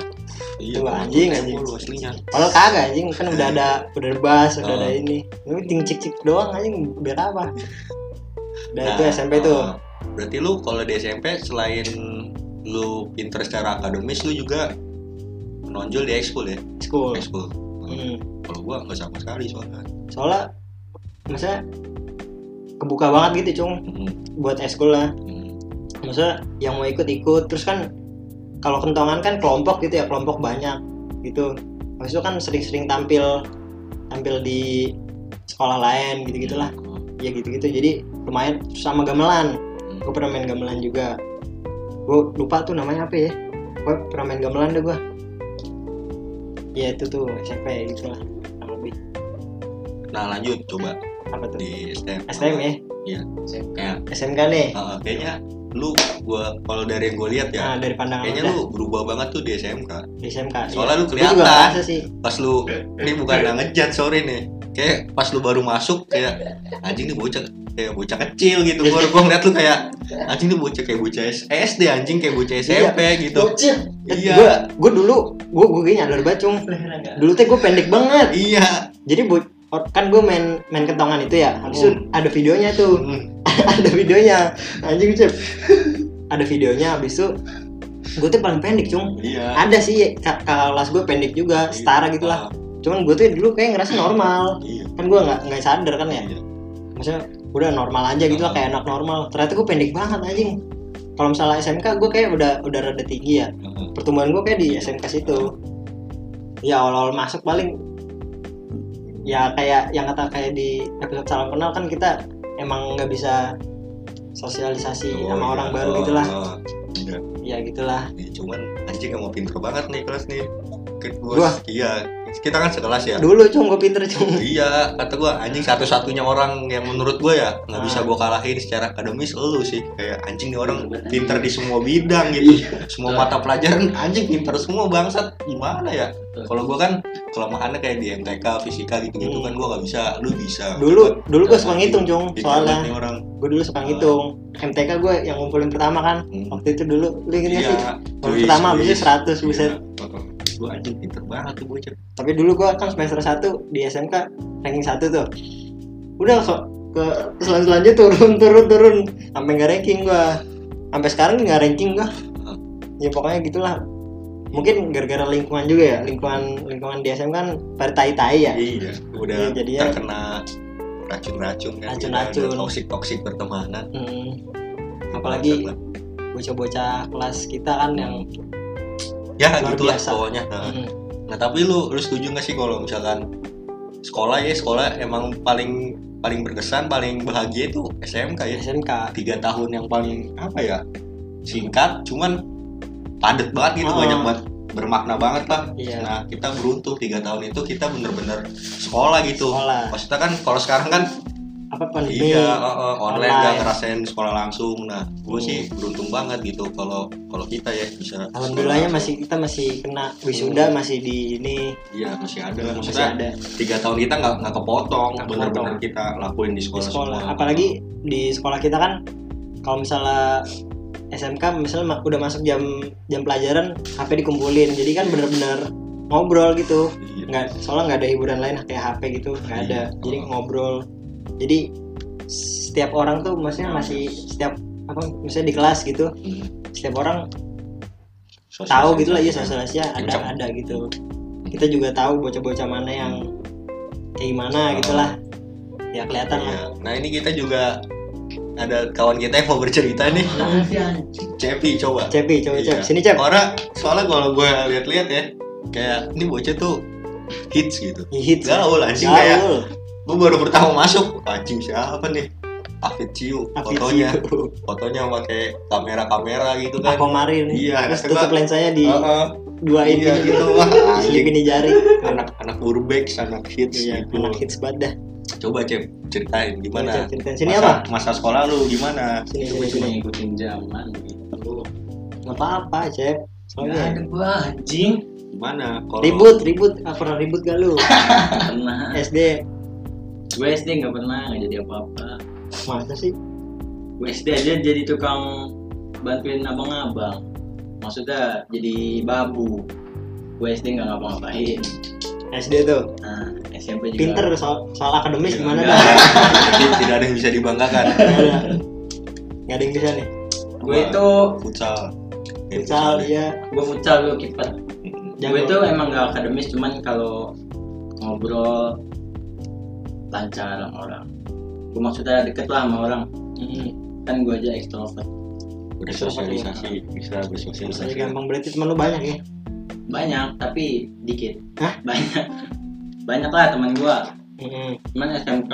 Iya. Coba anjing, Tempo anjing. lu aslinya. kalau kagak anjing kan udah ada udah ada bass udah Oh. ada ini lu ting cik cik doang anjing biar apa udah itu Nah, SMP tuh uh, Berarti lu kalau di SMP selain lu pinter secara akademis lu juga menonjol di ekskul ya? school Ekskul. hmm. Kalau gua nggak sama sekali soalnya. soalnya maksudnya kebuka banget gitu cung Hmm, buat ekskul lah hmm. maksudnya yang mau ikut ikut terus kan kalau kentongan kan kelompok gitu ya kelompok banyak gitu habis itu kan sering-sering tampil tampil di sekolah lain gitu gitulah Hmm. ya gitu gitu jadi lumayan Terus sama gamelan gue pernah main gamelan juga gue lupa tuh namanya apa ya gue pernah main gamelan deh gue ya itu tuh SMP ya gitu lah kurang lebih Nah lanjut coba apa tuh di Iya, STM. STM ya Kayak, SMK nih eh, kayaknya lu gua kalau dari yang gua lihat ya, nah dari pandangan kayaknya udah lu berubah banget tuh di SMK. di SMK Soalnya lu Gue Iya. juga kelihatan. ngerasa sih Pas lu ini bukan yang ngejat sorry nih. Kayak pas lu baru masuk kayak anjing nih bocah kayak bocah kecil gitu. Gua gua ngeliat lu kayak anjing nih bocah kayak bocah S- SD anjing kayak bocah SMP gitu. bocil Iya. gue gue eh, dulu gue gue kayaknya nyadar banget Cung. dulu teh gue pendek banget Iya. jadi bu kan gue main main kentongan itu ya habis Oh. itu ada videonya tuh Hmm. ada videonya anjing cep ada videonya habis itu gue tuh paling pendek cung Iya. ada sih ka- kakak kelas gue pendek juga Ah, setara gitu lah cuman gue tuh dulu kayak ngerasa normal Iya. kan gue nggak nggak sadar kan ya Iya. maksudnya udah normal aja gitu lah kayak anak normal ternyata gue pendek banget anjing kalau misalnya SMK gue kayak udah udah rada tinggi ya Heeh. pertumbuhan gue kayak di SMK situ ya awal-awal masuk paling ya kayak yang kata kayak di episode salam kenal kan kita emang nggak bisa sosialisasi Oh, sama orang iya. baru Oh, gitulah oh. Iya. ya gitulah Ya, cuman anjing emang pinter banget nih kelas nih kedua Gua? iya kita kan sekelas ya dulu cung gue pinter cung iya kata gua anjing satu-satunya orang yang menurut gua ya nggak Ah. bisa gua kalahin secara akademis lu sih kayak anjing nih orang pinter di semua bidang gitu semua mata pelajaran anjing pinter semua bangsat gimana ya kalau gua kan kelemahannya kayak di MTK fisika gitu gitu Hmm. kan gua nggak bisa lu bisa dulu dulu gue suka Anjing, ngitung cung pinter banget soalnya nih orang gue dulu suka ngitung MTK gue yang ngumpulin pertama kan Hmm. waktu itu dulu lu inget nggak sih Iya. Yang Luis, pertama Luis. habisnya 100 Iya. buset. gua anjing pinter banget tuh bocah tapi dulu gua kan semester 1 di SMK ranking 1 tuh udah kok ke selanjutnya turun turun turun sampai nggak ranking gua sampai sekarang nggak ranking gua ya pokoknya gitulah mungkin gara-gara lingkungan juga ya lingkungan lingkungan di SMK kan pada tai-tai ya Iya, udah Iya, jadinya- terkena racun-racun kan. Racun-racun. toksik toksik pertemanan. Hmm, Apalagi- bocah-bocah kelas kita kan yang ya luar gitulah biasa. pokoknya. Nah, hmm, nah, tapi lu lu setuju nggak sih kalau misalkan sekolah ya sekolah emang paling paling berkesan paling bahagia itu SMK ya SMK tiga tahun yang paling apa ya singkat cuman padat banget gitu Ah. banyak banget bermakna banget lah Iya. nah kita beruntung tiga tahun itu kita bener-bener sekolah gitu Sekolah. maksudnya kan kalau sekarang kan apa pandemi Iya, heeh, online nggak online. ngerasain sekolah langsung. Nah, gue Hmm. sih beruntung banget gitu kalau kalau kita ya bisa. alhamdulillahnya sekolah langsung. masih kita masih kena wisuda masih di ini Iya masih ada. masih Maksudnya ada tiga tahun kita nggak nggak kepotong. Nggak Bener-bener kita lakuin di di sekolah. sekolah. semua. Apalagi di sekolah kita kan kalau misalnya SMK misalnya ma- udah masuk jam jam pelajaran HP dikumpulin. Jadi kan bener-bener ngobrol gitu. Iya. Nggak soalnya nggak ada hiburan lain kayak HP gitu, nggak ada. Iya. Jadi ngobrol. Jadi setiap orang tuh maksudnya masih setiap apa misalnya di kelas gitu, Hmm. setiap orang Sosialisasi. tahu gitu lah iya sosialisasinya ada Kencang. ada gitu. Kita juga tahu bocah-bocah mana yang kayak gimana gitu lah. Ya kelihatan lah. Iya. Nah ini kita juga ada kawan kita yang mau bercerita Iya. nih. Nah, Cepi coba. Cepi, coba Iya. Cep. Sini Cep. Orang soalnya kalau gue lihat-lihat ya kayak ini bocah tuh hits gitu. Hits. Gaul anjing kayak Gaul. gue baru pertama masuk anjing siapa nih Afid Ciu fotonya Aficio. fotonya pakai kamera-kamera gitu kan Aquamarine. Iya, Terus kata tutup lensanya di Heeh, dua ini iya gitu wah anjing selipin di jari. anak anak urbex anak hits Iya, gitu anak hits banget dah. Iya, coba cep ceritain Cep, gimana ceritain. Sini masa, apa? masa sekolah lu gimana Sini sini Itu gue cuma sini. ngikutin zaman gitu. Enggak apa-apa, Cep. Nggak ada Soalnya gua anjing. gimana kalau ribut, ribut. Ah, pernah ribut gak lu? Nggak pernah. SD. Gue SD nggak pernah nggak jadi apa-apa. Masa sih? Gue SD aja jadi tukang bantuin abang-abang. Maksudnya jadi babu. Gue SD nggak ngapa-ngapain. SD tuh. Nah, SMP juga. Pinter soal, soal akademis Iya, gimana iya. dah? Jadi tidak ada yang bisa dibanggakan Gak ada yang bisa nih. Gue itu futsal Kayak Misal iya. ya. dia gue futsal gue kiper. Mm-mm. jago. Gue tuh emang gak akademis cuman kalau ngobrol lancar sama orang. Gue maksudnya deket lah sama orang. Mm. Kan gue aja extrovert. bersosialisasi bisa bersosialisasi Saya gampang berarti teman lu banyak ya. banyak tapi dikit Hah? banyak banyak lah teman gua Heeh. cuman SMK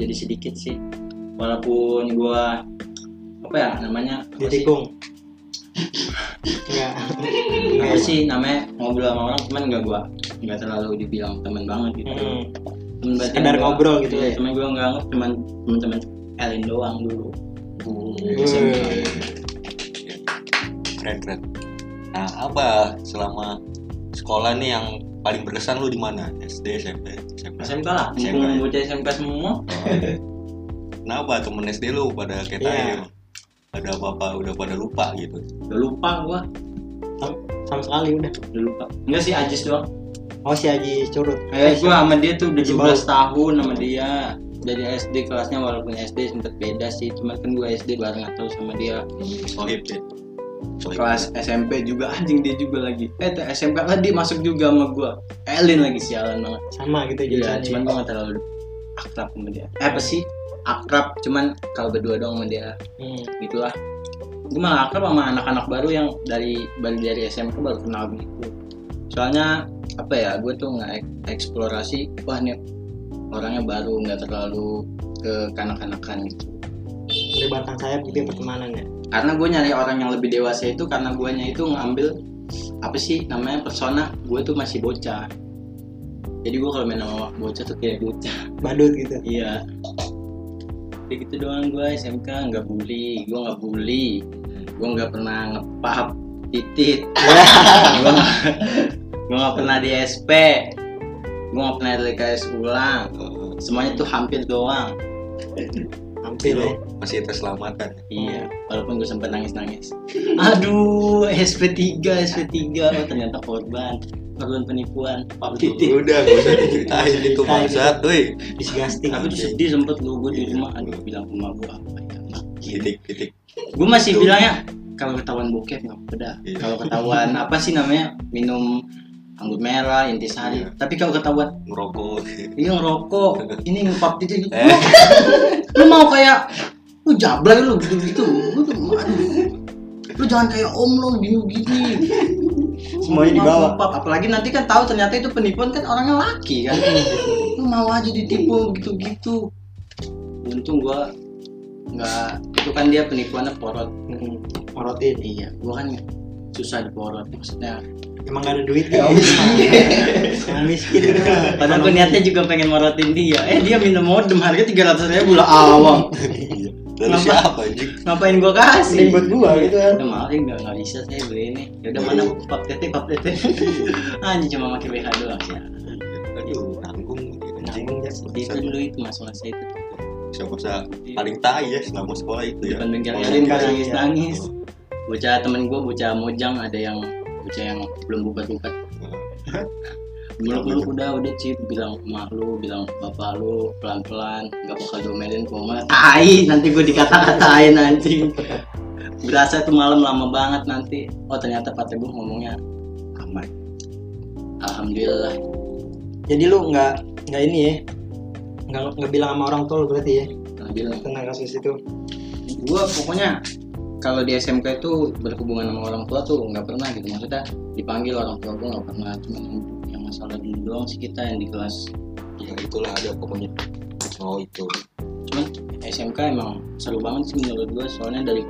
jadi sedikit sih walaupun gua apa ya namanya apa sih? Ditikung. Enggak. iya. apa sih namanya ngobrol sama orang cuman nggak gua nggak terlalu dibilang teman banget gitu Hmm. Temen berarti Sekedar gua- ngobrol gitu iya, ya? temen gua nggak anggap cuman teman-teman Elin doang dulu Hmm, SMK. keren keren nah apa selama sekolah nih yang paling berkesan lu di mana SD SMP SMP SMK lah SMK. ya? mumpung bocah SMK semua kenapa temen SD lu pada kayak Iya. tadi pada apa apa udah pada lupa gitu udah lupa gua Sama sekali udah. udah lupa enggak sih Ajis doang Oh si Haji curut. Eh, gua sama dia tuh udah Masih 12 tahun sama dia dari SD kelasnya walaupun SD sempet beda sih cuman kan gua SD bareng atau sama dia sohib ya sohib kelas SMP juga anjing dia juga lagi eh tuh SMK lah dia masuk juga sama gua Elin lagi sialan banget sama gitu Iya, jurusannya. cuman gua gak terlalu akrab sama dia eh, apa sih akrab cuman kalau berdua doang sama dia Hmm. gitulah gue malah akrab sama anak-anak baru yang dari baru dari SMP baru kenal gitu soalnya apa ya gue tuh nggak ek- eksplorasi wah nih orangnya baru nggak terlalu ke kanak-kanakan gitu Dari batang sayap gitu ya pertemanan ya. karena gue nyari orang yang lebih dewasa itu karena guanya itu ngambil apa sih namanya persona gue tuh masih bocah jadi gue kalau main sama bocah tuh kayak bocah Badut gitu. iya kayak gitu doang gue SMK nggak bully gue nggak bully gue nggak pernah ngepap titit gue gue nggak pernah di SP gue nggak pernah LKS ulang Eh, semuanya tuh hampir doang Hampir lu ya. masih terselamatan iya walaupun gue sempet nangis nangis aduh SP3 SP3 oh ternyata korban korban penipuan pap titit udah gak usah diceritain itu Diceritain. bangsat woi Disgusting. aku tuh sedih sempet lu gue di rumah aduh bilang ke emak gue apa ya titik titik gue masih bilangnya kalau ketahuan bokep nggak apa-apa Iya. kalau ketahuan apa sih namanya minum anggur merah intisari Iya. tapi kalau ketahuan ngerokok ini ngerokok ini ngepap gitu gitu eh lu mau kayak lu jablay lu gitu gitu lu tuh aduh. lu jangan kayak om lu gini gini Semuanya dibawa. Ngepap. apalagi nanti kan tahu ternyata itu penipuan kan orangnya laki kan lu mau aja ditipu gitu gitu untung gua nggak itu kan dia penipuannya porot Hmm. Morotin. Iya, gua kan susah diporot maksudnya. Emang gak ada duit ya om? Yang miskin gitu. Oh, iya. Padahal gua niatnya juga pengen morotin dia. Eh dia minum modem harga tiga ratus ribu lah awam. lalu Kenapa? Eh, siapa anjing Ngapain gua Mending kasih? buat gua gitu kan. Ya maaf nggak nggak bisa saya beli ini. Ya udah mana pap tete pap tete. Anjing cuma pakai BH doang sih. aduh nanggung anjing Nanggung ya. Seperti itu dulu itu mas masa itu. bisa-bisa paling tai ya selama sekolah itu Di ya Oh, depan bengkel Paling Elin kali, nangis iya. nangis. Bocah temen gua bocah mojang ada yang bocah yang belum buka buka oh. Muluk muluk udah udah cip bilang emak lu bilang bapak lu pelan pelan nggak bakal domelin koma tai nanti gue dikata katain anjing berasa itu malam lama banget nanti oh ternyata pak teguh ngomongnya aman alhamdulillah Jadi lu nggak nggak ini ya? Nggak nggak bilang sama orang tua lu berarti ya Nah, bilang tentang kasus itu. gue pokoknya kalau di SMK itu berhubungan sama orang tua tuh nggak pernah gitu maksudnya dipanggil orang tua gue nggak pernah cuman yang masalah dulu doang sih kita yang di kelas ya itulah ada pokoknya oh itu cuman SMK emang seru banget sih menurut gue soalnya dari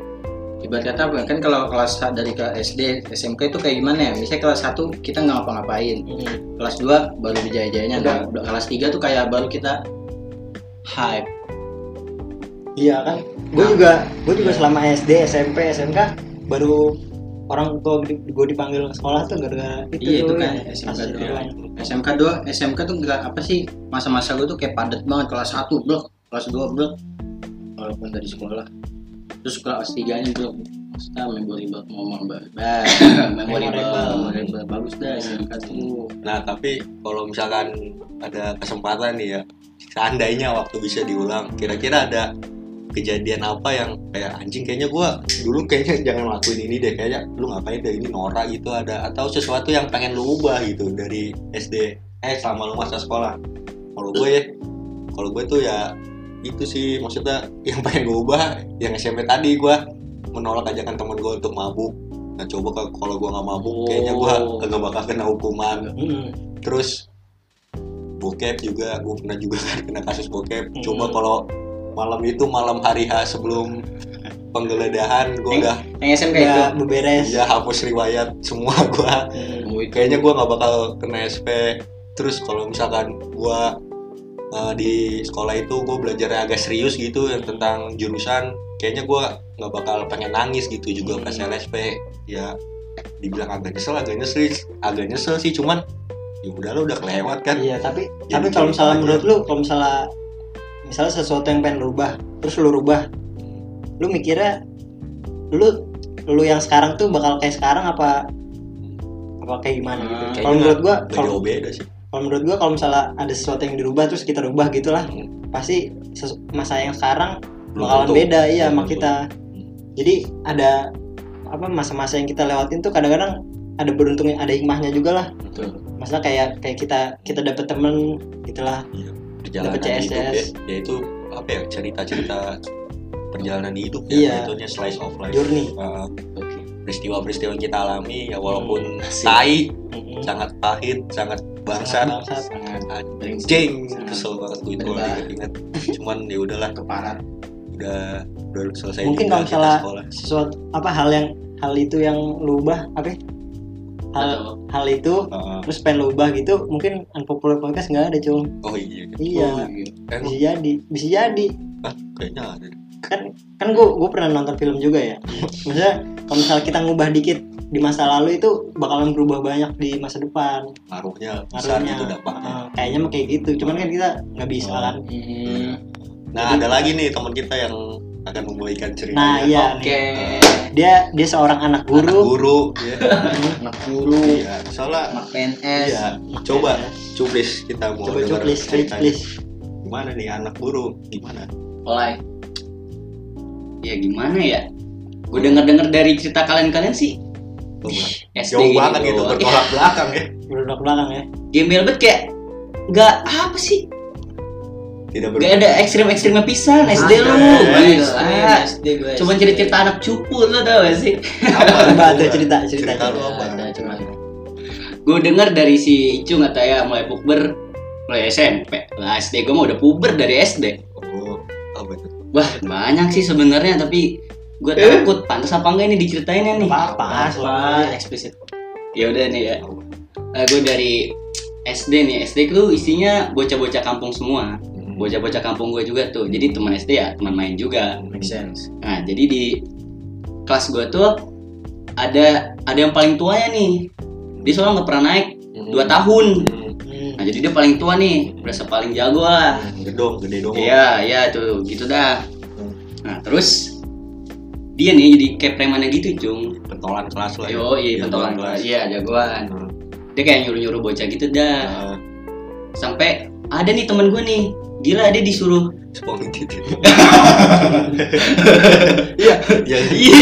ibarat kata apa ya, kan kalau kelas dari kelas SD SMK itu kayak gimana ya misalnya kelas 1 kita nggak ngapa-ngapain kelas 2 baru dijaya-jayanya Udah. Nah, udah kelas 3 tuh kayak baru kita hype Iya kan? Gue juga gue juga selama SD SMP SMK baru orang tua gue dipanggil ke sekolah tuh gara-gara itu Iya, itu tuh, kan ya. SMK Kasus itu doang. kan. SMK 2 SMK tuh nggak apa sih masa-masa gue tuh kayak padat banget kelas 1 blok kelas 2 blok walaupun dari sekolah terus kelas 3 nya blok maksudnya memori banget ngomong banget Nah, memori Memorable. banget bagus dah SMK tuh nah tapi kalau misalkan ada kesempatan nih ya seandainya waktu bisa diulang kira-kira ada kejadian apa yang kayak anjing kayaknya gua dulu kayaknya jangan lakuin ini deh kayaknya lu ngapain deh ini norak gitu ada atau sesuatu yang pengen lu ubah gitu dari SD eh selama lu masa sekolah kalau gue ya kalau gue tuh ya itu sih maksudnya yang pengen gue ubah yang SMP tadi gue menolak ajakan temen gue untuk mabuk nah coba ke- kalau gue nggak mabuk Oh. kayaknya gue kagak bakal kena hukuman Mm-mm. terus bokep juga gue pernah juga kan kena kasus bokep Hmm. coba kalau malam itu malam hari H sebelum penggeledahan gue udah yang SMK itu Udah beberes. ya hapus riwayat semua gue Mm. Oh, itu. kayaknya gue nggak bakal kena SP terus kalau misalkan gue di sekolah itu gue belajar agak serius gitu yang tentang jurusan kayaknya gue nggak bakal pengen nangis gitu juga pas LSP ya dibilang agak nyesel agak nyesel agak nyesel sih cuman ya udah lo udah kelewat kan Iya, tapi Ya, tapi gitu kalau misalnya aja. menurut lu kalau misalnya misalnya sesuatu yang pengen lu rubah, terus lu rubah, lu mikirnya lu lu yang sekarang tuh bakal kayak sekarang apa apa kayak gimana gitu. Hmm, Kalau kayaknya menurut gua Gak kalau jauh beda sih kalau menurut gua kalau misalnya ada sesuatu yang dirubah terus kita rubah gitulah, Hmm. pasti sesu- masa yang sekarang Belum bakalan tentu. beda Belum iya sama tentu. kita. Jadi ada apa masa-masa yang kita lewatin tuh kadang-kadang ada beruntungnya, ada hikmahnya juga lah. Betul. Masalah kayak kayak kita kita dapet temen gitulah. perjalanan Dapet CSS. hidup ya yaitu apa ya cerita-cerita perjalanan hidup Iya. ya tentunya slice of life journey. Uh, Oke. peristiwa-peristiwa yang kita alami ya Hmm, walaupun Asik. tai Mm-mm. sangat pahit, sangat bangsat, Sangat bangsat. Sangat anjing, Sangat. kesel banget gue itu Bener kalau banget. diingat. Cuman ya udahlah, keparat. udah udah selesai Mungkin juga kalau kita misalnya- sekolah. Sesuatu apa hal yang hal itu yang lu ubah apa? ya? Hal Atau oh, hal itu Heeh. terus pengen lu ubah gitu mungkin unpopular podcast nggak ada cung oh iya, iya bisa emang jadi bisa jadi kayaknya ada. kan kan gua gua pernah nonton film juga ya maksudnya kalau misalnya kita ngubah dikit di masa lalu itu bakalan berubah banyak di masa depan Ngaruhnya besar Ngaruhnya. gitu dampaknya. Heeh, kayaknya mah kayak gitu cuman kan kita nggak bisa Oh. kan Hmm. Nah ada lagi nih teman kita yang akan memulaikan cerita. nah iya nih. Oke. dia dia seorang anak guru Guru, ya. Anak guru, Iya, soalnya anak PNS. iya. Coba, cuplis kita mau ya. coba coba dengar please please, ceritanya. please. Gimana nih anak guru? Gimana? Olay. Ya gimana ya? Gue denger-denger dari cerita kalian-kalian sih Tuh, Bang. SD Jauh gini banget gitu doang. bertolak belakang ya. Berdodok belakang ya Gembel banget kayak nggak apa sih? Tidak Gak ada ekstrim-ekstrimnya pisan Ah, SD Iya, lu. iya, Ada, Gila. SD gue. Cuman cerita-cerita anak cupu lu tau gak sih? coba tuh cerita cerita Cerita lu apa? Ada cuman. Gue denger dari si Icu nggak ya mulai puber mulai SMP. Lah SD gue mah udah puber dari SD. Oh, apa itu? Wah banyak sih sebenarnya tapi gue Eh? takut pantas apa enggak ini diceritainnya nih. apa Wah, apa eksplisit. Ya udah nih ya. Oh, gue dari SD nih. SD itu isinya bocah-bocah kampung semua. hmm. Bocah-bocah kampung gue juga tuh. Jadi teman SD ya teman main juga. Hmm. Make sense. Nah, jadi di kelas gue tuh ada ada yang paling tuanya nih. Dia soalnya nggak pernah naik dua Hmm. tahun. Hmm. Nah, jadi dia paling tua nih. Berasa paling jago lah. Gede dong, gede dong. Ah. Iya, iya tuh gitu dah. Hmm. Nah, terus dia nih jadi kayak premannya gitu, Cung. Pentolan kelas lah. ya. Yo, iya Jagoan pentolan kelas. kelas. Iya, jagoan. Hmm. Dia kayak nyuruh-nyuruh bocah gitu dah. Nah, Sampai ada nih temen gue nih. Gila dia disuruh. Sepong titik. Iya. Iya. Iya.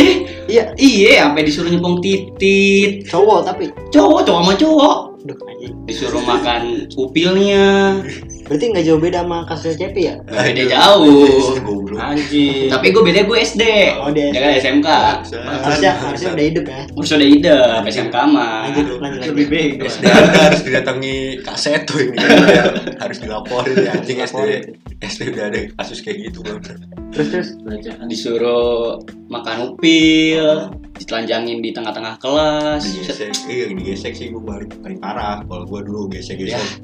Iya, iya sampai disuruh nyepong titit. cowok tapi Cowok, cowok sama cowok. Duh, anjing. Disuruh makan kupilnya. berarti nggak jauh beda sama kasusnya Cepi ya Nah, Beda jauh. Goblok. Anjing. Eh, Tapi gue beda gue SD. oh dia Dia kan SMK. harusnya harusnya udah hidup ya Terus udah ide sampai SMK mah. lanjut lanjut lebih lanjut bego. SD Anda harus didatangi kaset tuh ini Kayak harus dilaporin ya anjing SD SD udah ada kasus kayak gitu bang. terus terus Disuruh makan upil, ditelanjangin di tengah-tengah kelas. Digesek, iya digesek sih gue paling paling parah. Kalau gue dulu ya gesek-gesek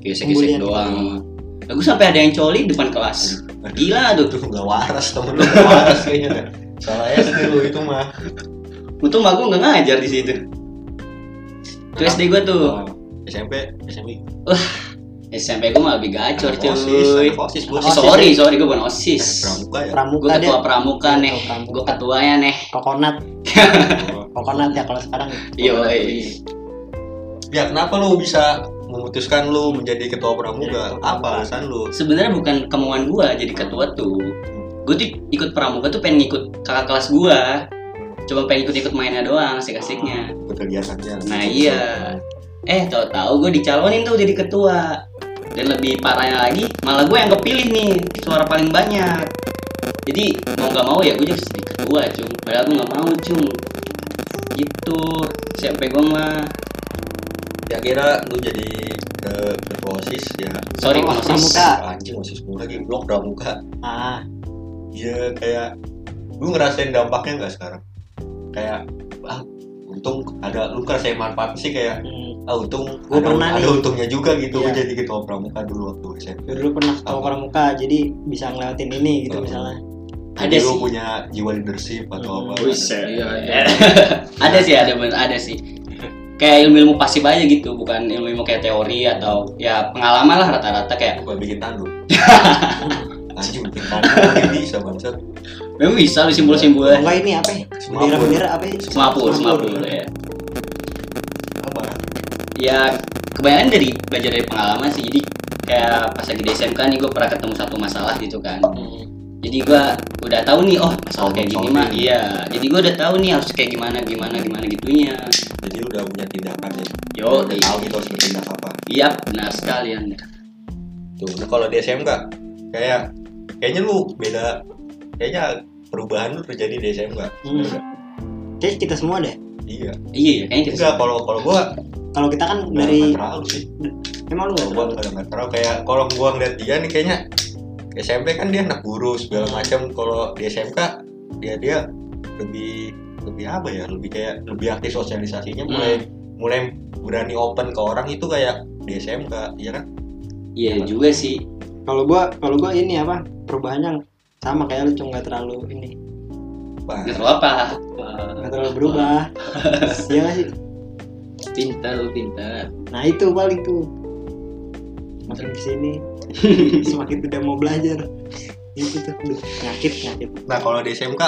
Pembulian. gesek-gesek doang nah, gue sampai ada yang coli depan kelas gila tuh itu nggak waras temen lu nggak waras kayaknya. dah. Salah SD lu itu mah. untung mak gue nggak ngajar di situ itu SD gue tuh Oh. SMP SMP SMP gue malah lebih gacor Anak osis cuy anak osis gue Anak Oh, osis osis. sorry sorry gue bukan Eh, osis pramuka ya gue pramuka ketua dia pramuka nih gue Pramuka. ketuanya nih kokonat kokonat ya kalau sekarang yo ya kenapa lu bisa memutuskan lu menjadi ketua pramuka apa alasan lu sebenarnya bukan kemauan gue jadi ketua tuh gue tuh ikut pramuka tuh pengen ngikut kakak kelas gue cuma pengen ikut-ikut mainnya doang asik-asiknya kegiatannya Nah iya. Eh tahu-tahu gue dicalonin tuh jadi ketua. Dan lebih parahnya lagi, malah gue yang kepilih nih suara paling banyak. Jadi mau nggak mau ya gue harus jadi ketua. gua cung padahal gua nggak mau cung gitu SMP gua mah ya kira lu jadi ke ketua osis ya sorry Oh, Mas pramuka. anjing osis gue lagi blok pramuka ah ya kayak lu ngerasain dampaknya nggak sekarang kayak ah untung ada lu ngerasain manfaatnya sih kayak hmm. ah untung Gua ada, pernah ada nih. untungnya juga gitu gua Iya. jadi ketua pramuka dulu waktu SMP dulu pernah ketemu Apa? pramuka jadi bisa ngelewatin ini Oh. gitu misalnya jadi Ada lu sih. punya jiwa leadership atau Hmm. apa Buset. Iya, ada sih ada bener ada sih kayak ilmu ilmu pasif aja gitu bukan ilmu ilmu kayak teori atau ya pengalaman lah rata-rata kayak gua bikin tanduk anjing bikin tanduk gak bisa bangsat memang bisa lu simbol simbolan enggak ini apa ya bendera Semaput. bendera apa ya semapul semapul ya apa ya kebanyakan dari belajar dari pengalaman sih jadi kayak pas lagi di SMK nih gue pernah ketemu satu masalah gitu kan jadi gua udah tahu nih oh masalah kayak gini mah iya jadi gua udah tahu nih harus kayak gimana gimana gimana gitunya jadi lu udah punya tindakan ya yo udah tahu gitu harus bertindak apa iya benar sekali Anda. Tuh, nah kalau di SMK kayak kayaknya lu beda kayaknya perubahan lu terjadi di SMK. Hmm. Kayaknya kita semua deh Iya. iya kayaknya kita Enggak kalau kalau gua kalau kita kan nggak- dari nggak terlalu sih. emang Kalau lu nggak gua terlalu nggak nggak terlalu kayak kalau gua ngeliat dia nih kayaknya SMP kan dia anak guru segala Hmm. macam. Kalau di SMK dia ya dia lebih lebih apa ya? Lebih kayak lebih aktif Hmm, sosialisasinya mulai Hmm. mulai berani open ke orang itu kayak di SMK, iya kan? iya juga sih kalau gua kalau gua ini apa perubahannya sama kayak lu cuma nggak terlalu ini Bang, nggak tahu apa nggak terlalu berubah iya nggak sih pintar lu pintar nah itu paling tuh makin kesini semakin tidak mau belajar gitu tuh Aduh, nyakit nyakit Nah kalau di SMK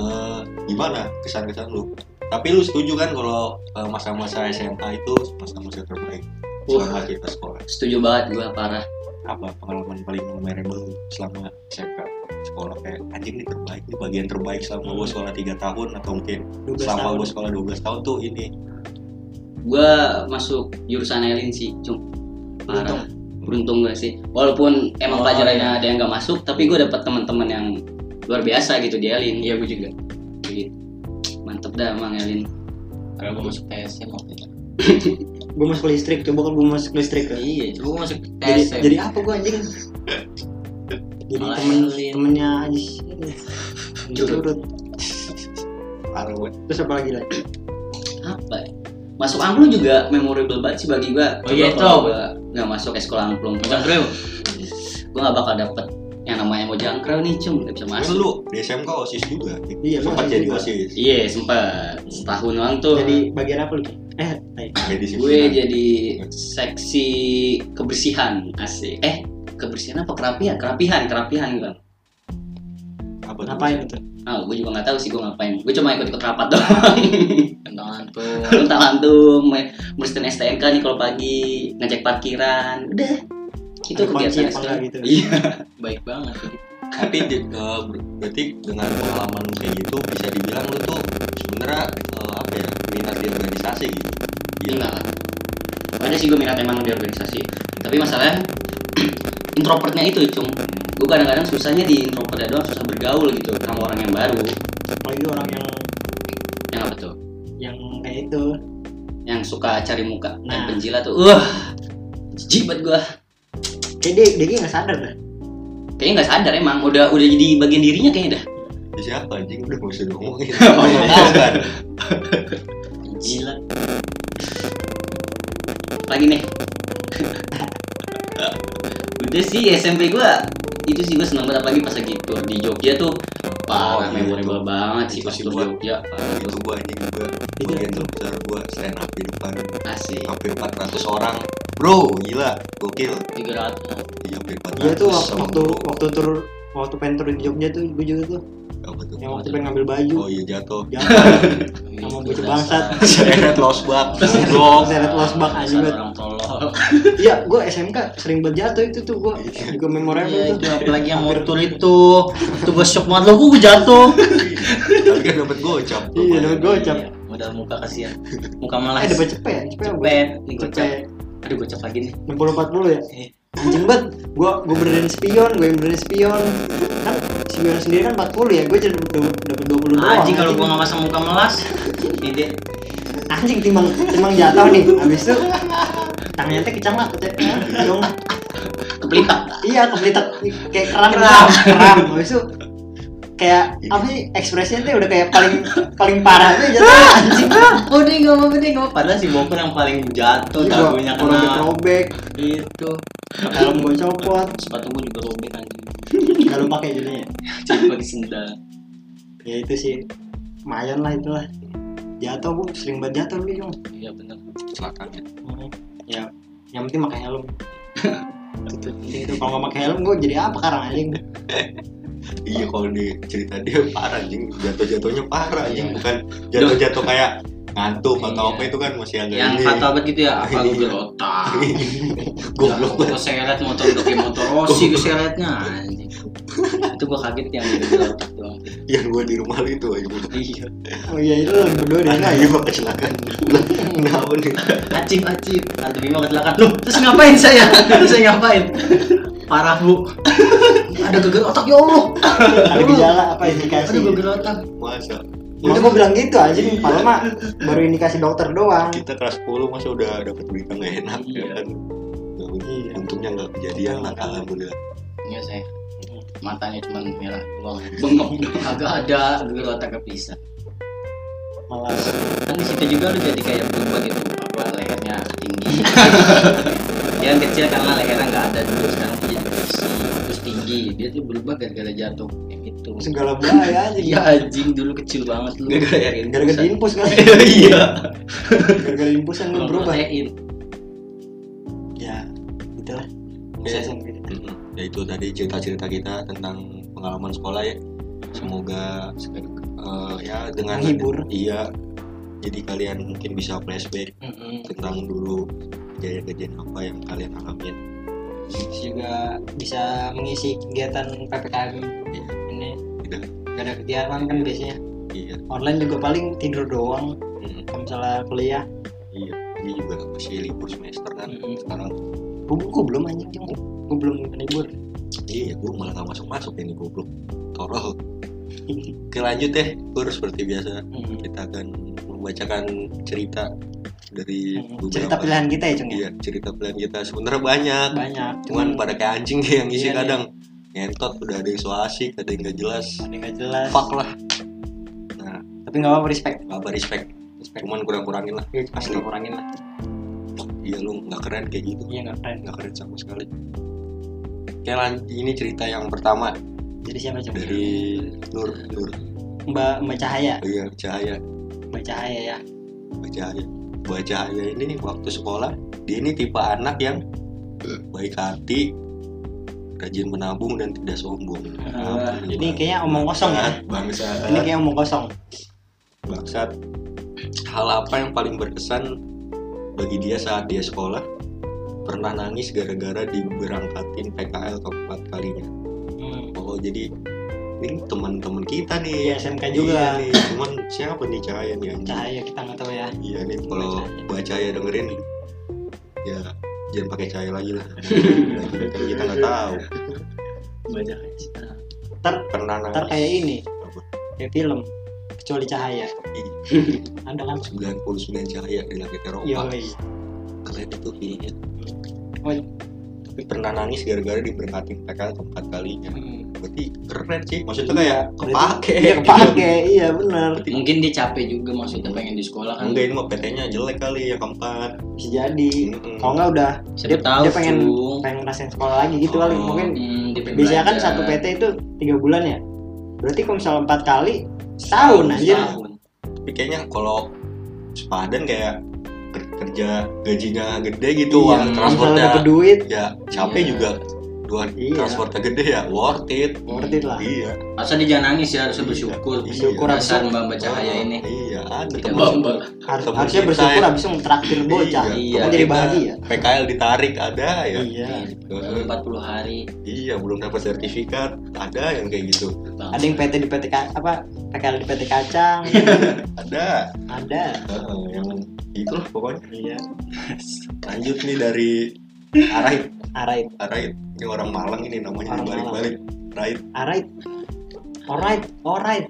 eh, gimana kesan-kesan lu? Tapi lu setuju kan kalau eh, masa-masa SMA itu masa-masa terbaik selama Wah. kita sekolah? setuju banget gua parah Apa pengalaman paling memorable lu selama SMK sekolah kayak anjing ini terbaik nih bagian terbaik selama gua sekolah 3 tahun atau mungkin 12 selama tahun gua sekolah 12 tahun tuh ini gua masuk jurusan Elin sih cung parah beruntung gak sih walaupun emang Oh, pelajarannya ada yang nggak masuk tapi gua dapet teman-teman yang luar biasa gitu di Elin iya gua juga Jadi, mantep dah emang Elin kalau gua masuk TSM waktu itu gue masuk listrik coba kan gue masuk listrik kan iya coba gua masuk jadi, TSM jadi apa gue anjing jadi Malah temen Elin. temennya Ajis ini. Curut. curut parah banget. terus apa lagi lah apa ya? masuk angklung juga memorable banget sih bagi gua Oh iya, Coba itu. kalau gua nggak masuk ke sekolah angklung gua Jangkrik. gua nggak bakal dapet yang namanya mau jangkrik nih cung nggak bisa Terus masuk lu di SMK osis juga, Iya, sempat gua jadi juga. osis. iya sempet setahun doang tuh jadi bagian apa lu Ki? eh tai. Jadi gue disiplinan. Iya. jadi seksi kebersihan asik eh kebersihan apa kerapihan kerapihan kerapihan gua apa tuh? ngapain itu ah gue juga nggak tahu sih gue ngapain gue cuma ikut ikut rapat doang Kentangan tuh. lu tak lantum ngurusin STNK nih kalau pagi ngecek parkiran udah itu Ada kunci kegiatan apa sekolah enggak gitu? iya Baik banget. sih. tapi di- eh, ber- berarti dengan pengalaman lu kayak gitu bisa dibilang lu tuh sebenarnya eh, apa ya minat di organisasi gitu Gila lah. Ada sih gue minat emang di organisasi. Tapi masalahnya introvertnya itu cung. Hmm. Gue kadang-kadang susahnya di introvertnya doang susah bergaul gitu sama orang yang baru. apalagi orang yang Yang apa tuh? yang kayak itu Yang suka cari muka dan Nah. penjilat tuh. Wah, jijik banget gue. kayak dia dia nggak sadar dah Kayaknya nggak sadar emang udah udah jadi bagian dirinya kayaknya dah. Ya siapa anjing udah gak usah ngomongin Oh, iya. Tahu kan Penjilat. Lagi nih. udah sih SMP gue itu sih gue seneng banget apalagi pas lagi itu di Jogja tuh Oh, parah iya, memorable banget sih Itu pas sih tur gua. Jogja parah itu tuh gua anjing juga Itu- bagian terbesar gua stand up di depan asik hampir 400 orang bro gila gokil 300. iya hampir 400 dia tuh waktu sama waktu, gua. waktu tur waktu pengen tur di Jogja tuh gue juga tuh apa tuh yang waktu pengen ngambil baju oh iya jatuh jangan Sama bocah Itu dasar. gitu, bangsat. seret los bak goblok Seret losbak aja Dasar banget. orang tolol. iya gue SMK sering banget jatuh itu tuh gue juga Iya, memorable itu tuh apalagi yang motor itu. Itu gue shock banget lo, gue jatuh. tapi kan dapet gocap iya dapet gocap Iya, Modal muka kasihan. Muka malas. eh dapet cepet cepet Cepet. Nih gocap. cepet Aduh gocap lagi nih. enam puluh empat puluh ya Iya. anjing banget gue gue benerin spion gue yang benerin spion kan si Sembilan sendiri kan 40 ya, gue jadi dapat 20 doang. Aji kalau gua nggak masang muka melas, ide anjing timbang timbang jatuh nih. Habis itu tangannya teh kecang lah, kecang. Dong. kepelintak. Iya, kebelitak kayak keram keram, keram. Habis itu kayak apa sih ekspresinya tuh udah kayak paling paling parah tuh jatuh anjing. Udah nggak apa-apa, nggak apa-apa. Padahal si Bokor yang paling jatuh, Iya, dagunya orang kena dikerobek, itu. helm gue copot, Sepatu gua juga robek anjing. gak lu pakai jadinya. Jadi pakai sendal. Ya itu sih, lumayan lah itulah. Jatuh gue sering banget jatuh gue dong. Iya benar. kecelakaan ya. ya yang penting pakai helm itu penting itu kalau nggak pakai helm gue jadi apa karang anjing Iya kalau di cerita dia parah anjing jatuh-jatuhnya parah anjing bukan jatuh-jatuh kayak ngantuk atau Iya. apa itu kan masih agak Yang ini. kata abad gitu ya, apa gue berotak. Goblok gue seret Iya, motor udah kayak motor Rossi gue seretnya anjing. Itu gua kaget yang di berotak doang. yang Iya, gua di rumah lu itu anjing. Iya. oh iya itu lagi berdua deh Nah, nah iya Pak, kecelakaan. Lah, Kenapa nih? Acip, acip. Tante Bima kecelakaan. Loh, terus ngapain saya? Terus saya ngapain? Parah, Bu. Ada geger otak, ya Allah. ada gejala apa Ada indikasi geger otak. Masa Iya. itu gue bilang gitu anjing padahal mah baru indikasi dokter doang kita kelas 10 masa udah dapat berita nggak enak ya Iya. kan? Nggak Iya. un- Untungnya nggak kejadian lah alhamdulillah. Iya, saya. Matanya cuma merah doang. Bengong. Agak ada geger otak kepisah. malas Kan di situ juga lu jadi kayak berubah gitu. Apa, lehernya tinggi. Dia yang kecil karena lehernya nggak ada dulu. Sekarang dia jadi berisi. Terus tinggi. Dia tuh berubah gara-gara jatuh. Kayak gitu. segala bahaya anjing Iya anjing dulu kecil banget lu. Gara-gara yang gara-gara impus kan Iya. gara-gara impusan gue berubah Protein. ya itulah Iya. bisa sendiri Mm-mm. Ya itu tadi cerita-cerita kita tentang pengalaman sekolah ya. Semoga eh, ya dengan Menghibur. Iya. Jadi kalian mungkin bisa flashback tentang dulu kejadian-kejadian apa yang kalian alamin. Terus juga bisa mengisi kegiatan ppkm ya. ini Tidak. gak ada kegiatan kan biasanya Iya. online juga paling tidur doang Mm-mm. kalau misalnya kuliah Iya. Ini juga masih libur semester kan Mm-mm. sekarang. gue, gue belum anjing gue belum libur Iya, gue malah gak masuk-masuk ini goblok. Tolol. Oke lanjut deh, Pur seperti biasa kita akan membacakan cerita dari beberapa cerita pilihan kita ya cung ya Iya, cerita pilihan kita sebenarnya banyak. banyak Cuman pada kayak anjing deh yang ngisi Hmm. Iya, kadang. Ngentot udah ada yang so asik, ada yang gak jelas. ada nggak jelas Fuck lah. Nah, tapi nggak apa-apa respect kabar respect. respect Cuman kurang-kurangin lah. Ya, cuma asli. kita kurangin lah Iya lu nggak keren kayak gitu. iya nggak keren Nggak keren sama sekali. Oke lan- ini cerita yang pertama jadi siapa cung dari Nur Nur mbak mbak cahaya Oh iya Cahaya mbak cahaya ya Mbak Cahaya Mbak Cahaya ini waktu sekolah dia ini tipe anak yang baik hati rajin menabung dan tidak sombong Wah, Ampun, Ah, ini Bang. kayaknya omong kosong ya bangsa ini kayaknya omong kosong bangsat hal apa yang paling berkesan bagi dia saat dia sekolah pernah nangis gara-gara diberangkatin PKL keempat kalinya hmm. oh jadi ini teman-teman kita di nih Iya SMK juga nih. cuman siapa nih Cahaya nih anjing? cahaya kita nggak tahu ya Iya nih kalau baca ya dengerin ya jangan pakai cahaya lagi lah. kan kita nggak tahu. Banyak ter Pernah ter nangis. kayak ini Apa? kayak film kecuali cahaya Ih. ada kan 99 cahaya di langit iya Eropa. Keren itu filmnya. Oh, iya. Tapi pernah nangis gara-gara diberkatin PKL keempat kalinya. Hmm. Berarti keren sih. Maksudnya kayak kepake. Gitu. Iya, kepake iya benar Mungkin dia capek juga maksudnya pengen di sekolah kan. Enggak ini mah PT-nya jelek kali yang keempat. bisa jadi Mm-mm. kalau nggak udah Siapa dia- Hmm. tahu dia pengen Cung. pengen ngerasain sekolah lagi gitu kali Oh. mungkin Hmm, dia pengen biasanya kan belajar. satu PT itu tiga bulan ya berarti kalau misalnya empat kali setahun aja Setahun. Tapi kayaknya kalau sepadan kayak ker- kerja gajinya gede gitu uang Iya, kalau misalnya transportnya dapet duit ya capek Iya. juga dua Iya. transportnya gede ya worth it Hmm, worth it lah iya Masa dia jangan nangis ya, harusnya bersyukur. Iya. bersyukur abis Dasar itu- Mbak Mbak Cahaya Oh, ini. iya ada Tidak teman bamba. harus- teman harusnya kita bersyukur ya. abis itu traktir bocah Iya, kamu jadi kita bahagia PKL ditarik ada ya iya Eh, Baru 40 hari. iya belum dapat sertifikat ada yang kayak gitu Bang. ada yang PT di PT ka- apa PKL di PT kacang ada ada Eh, yang itulah pokoknya iya lanjut nih dari Araid Arait Araid ini orang Malang ini namanya Orang balik balik Araid Arait alright alright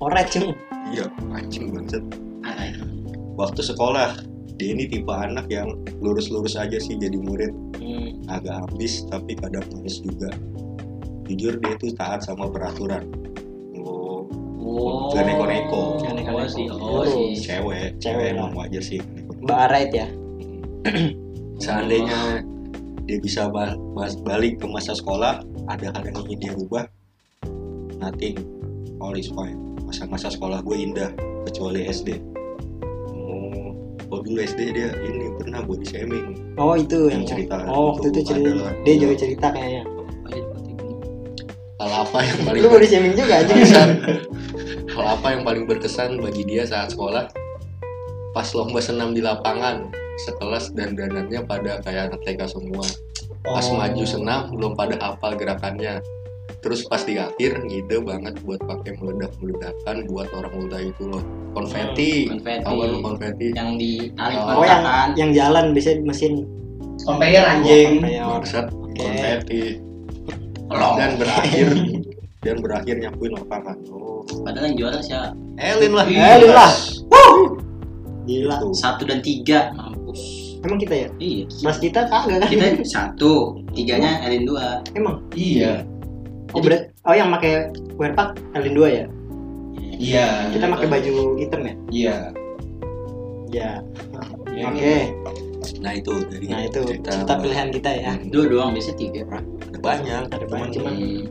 alright cung iya anjing banget Alright. waktu sekolah dia ini tipe anak yang lurus-lurus aja sih jadi murid agak ambis tapi kadang manis juga jujur dia tuh taat sama peraturan lo Oh. Jangan neko-neko. Jangan neko-neko. Oh, sih. Oh. Oh, sih. cewek Cewek cewek lah. emang wajar sih mbak alright ya seandainya dia bisa ba- ba- balik ke masa sekolah ada hal yang ingin dia rubah nothing all is fine masa-masa sekolah gue indah kecuali SD oh oh, dulu SD dia ini pernah body shaming oh Yang itu yang cerita kan. oh waktu itu itu cerita adalah- dia juga cerita kayaknya Oh, iya, hal apa yang paling lu body shaming juga aja berkesan hal apa yang paling berkesan bagi dia saat sekolah pas lomba senam di lapangan sekelas dan danannya pada kayak anak TK semua pas Oh. maju senam belum pada hafal gerakannya terus pas di akhir ngide banget buat pakai meledak meledakan buat orang muda itu loh konfeti Hmm, Konfeti. awal lu Ya, konfeti Yang ditarik Oh, oh yang kontakan. yang jalan biasanya mesin Konveyor anjing. Konveyor. bangsat Oke. konfeti Tolong. dan berakhir dan berakhir nyapuin lapangan oh. Padahal yang juara siapa? Elin lah Elin lah. gila Gitu. Satu dan tiga. Mampus. emang kita ya Iya. mas kita kagak kan Kita satu, tiganya Elin dua. emang Iya. oh, berat- oh yang pakai wear pack Elin 2 ya Iya. kita pakai baju hitam ya Iya. ya Iya. oke nah itu jadi Hmm, nah itu cerita pilihan kita ya Dua doang, biasanya tiga. Pra. ada banyak Ada cuman- banyak, cuman Hmm.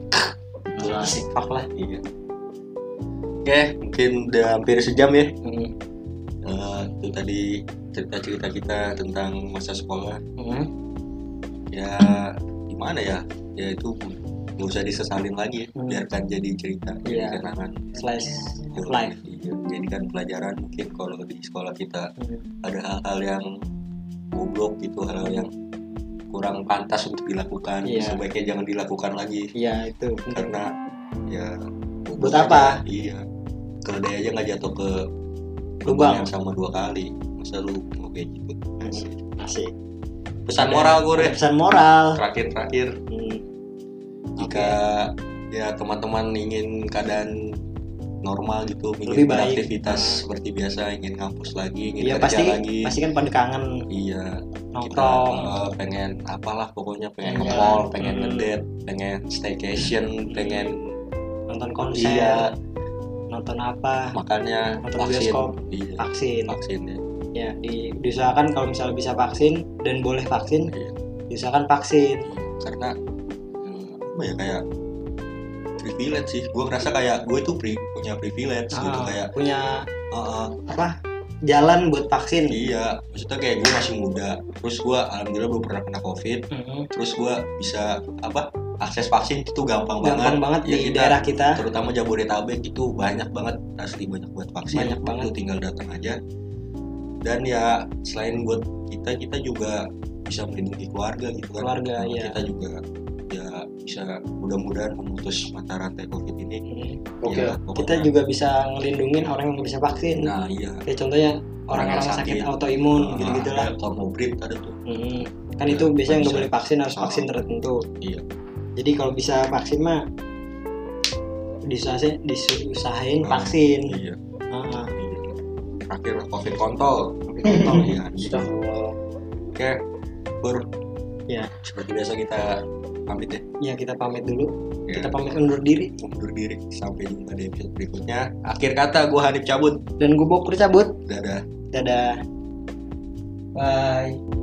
Masalah. Fuck lah Iya. Oke, mungkin udah hampir sejam ya. Hmm. Eh, itu tadi cerita-cerita kita tentang masa sekolah. Hmm. Ya, gimana ya? Ya itu nggak usah disesalin lagi. ya. Hmm. Biarkan jadi cerita, jadi Iya. kenangan. slice of life Iya, Jadikan pelajaran mungkin kalau di sekolah kita Hmm. ada hal-hal yang goblok gitu, hal-hal yang kurang pantas untuk dilakukan. Iya. Sebaiknya jangan dilakukan lagi. iya itu penting. karena ya Buat apa? aja, iya keledai aja nggak jatuh ke Lubang. yang sama dua kali masa lu mau kayak gitu Asik. asik pesan Ada- moral ya. gue Ada deh pesan moral terakhir terakhir Hmm. jika ya teman-teman ingin keadaan normal gitu ingin Lebih baik. Hmm. beraktivitas seperti biasa ingin ngampus lagi ingin Iya kerja pasti lagi pasti kan pada kangen iya kita nongkrong eh, pengen apalah pokoknya pengen Iya. ke mall pengen Hmm. ngedate pengen staycation eh, pengen nonton konser Iya. nonton apa makannya Nonton vaksin bioskop. Ah. iya vaksin vaksin ya ya di, diusahakan kalau misalnya bisa vaksin dan boleh vaksin Iya. diusahakan vaksin karena eh, apa ya kayak privilege sih gue ngerasa kayak gue tuh pri- punya privilege gitu Ah, kayak punya "Ah, ah, apa jalan buat vaksin iya maksudnya kayak gue masih muda terus gue alhamdulillah belum pernah kena covid Mhm. terus gue bisa apa akses vaksin itu tuh gampang, banget gampang banget Ya, di kita- daerah kita terutama Jabodetabek itu banyak banget asli banyak buat vaksin Banyak banget. Lu tinggal datang aja dan ya selain buat kita kita juga bisa melindungi keluarga gitu kan Keluarga, Nah, iya. kita juga ya bisa mudah-mudahan memutus mata rantai covid ini Mhm. Oke. Ya, pokoknya- kita juga bisa ngelindungin orang yang nggak bisa vaksin nah iya ya contohnya orang-orang yang sakit, sakit. ya. iya, autoimun gitu gitulah Ada comorbid ada tuh Mhm. kan Ya, itu biasanya nggak bisa. boleh vaksin harus Ah. vaksin tertentu Iya. jadi kalau bisa vaksin mah disusahain, disusahain Ah, vaksin iya Ah, iya. terakhir covid kontol tapi kontol. iya anjing. oke Pur. Iya. seperti biasa kita pamit ya ya kita pamit dulu Ya. kita pamit undur diri undur diri sampai jumpa di episode berikutnya akhir kata gue Hanif cabut dan gue bokur cabut dadah dadah Bye.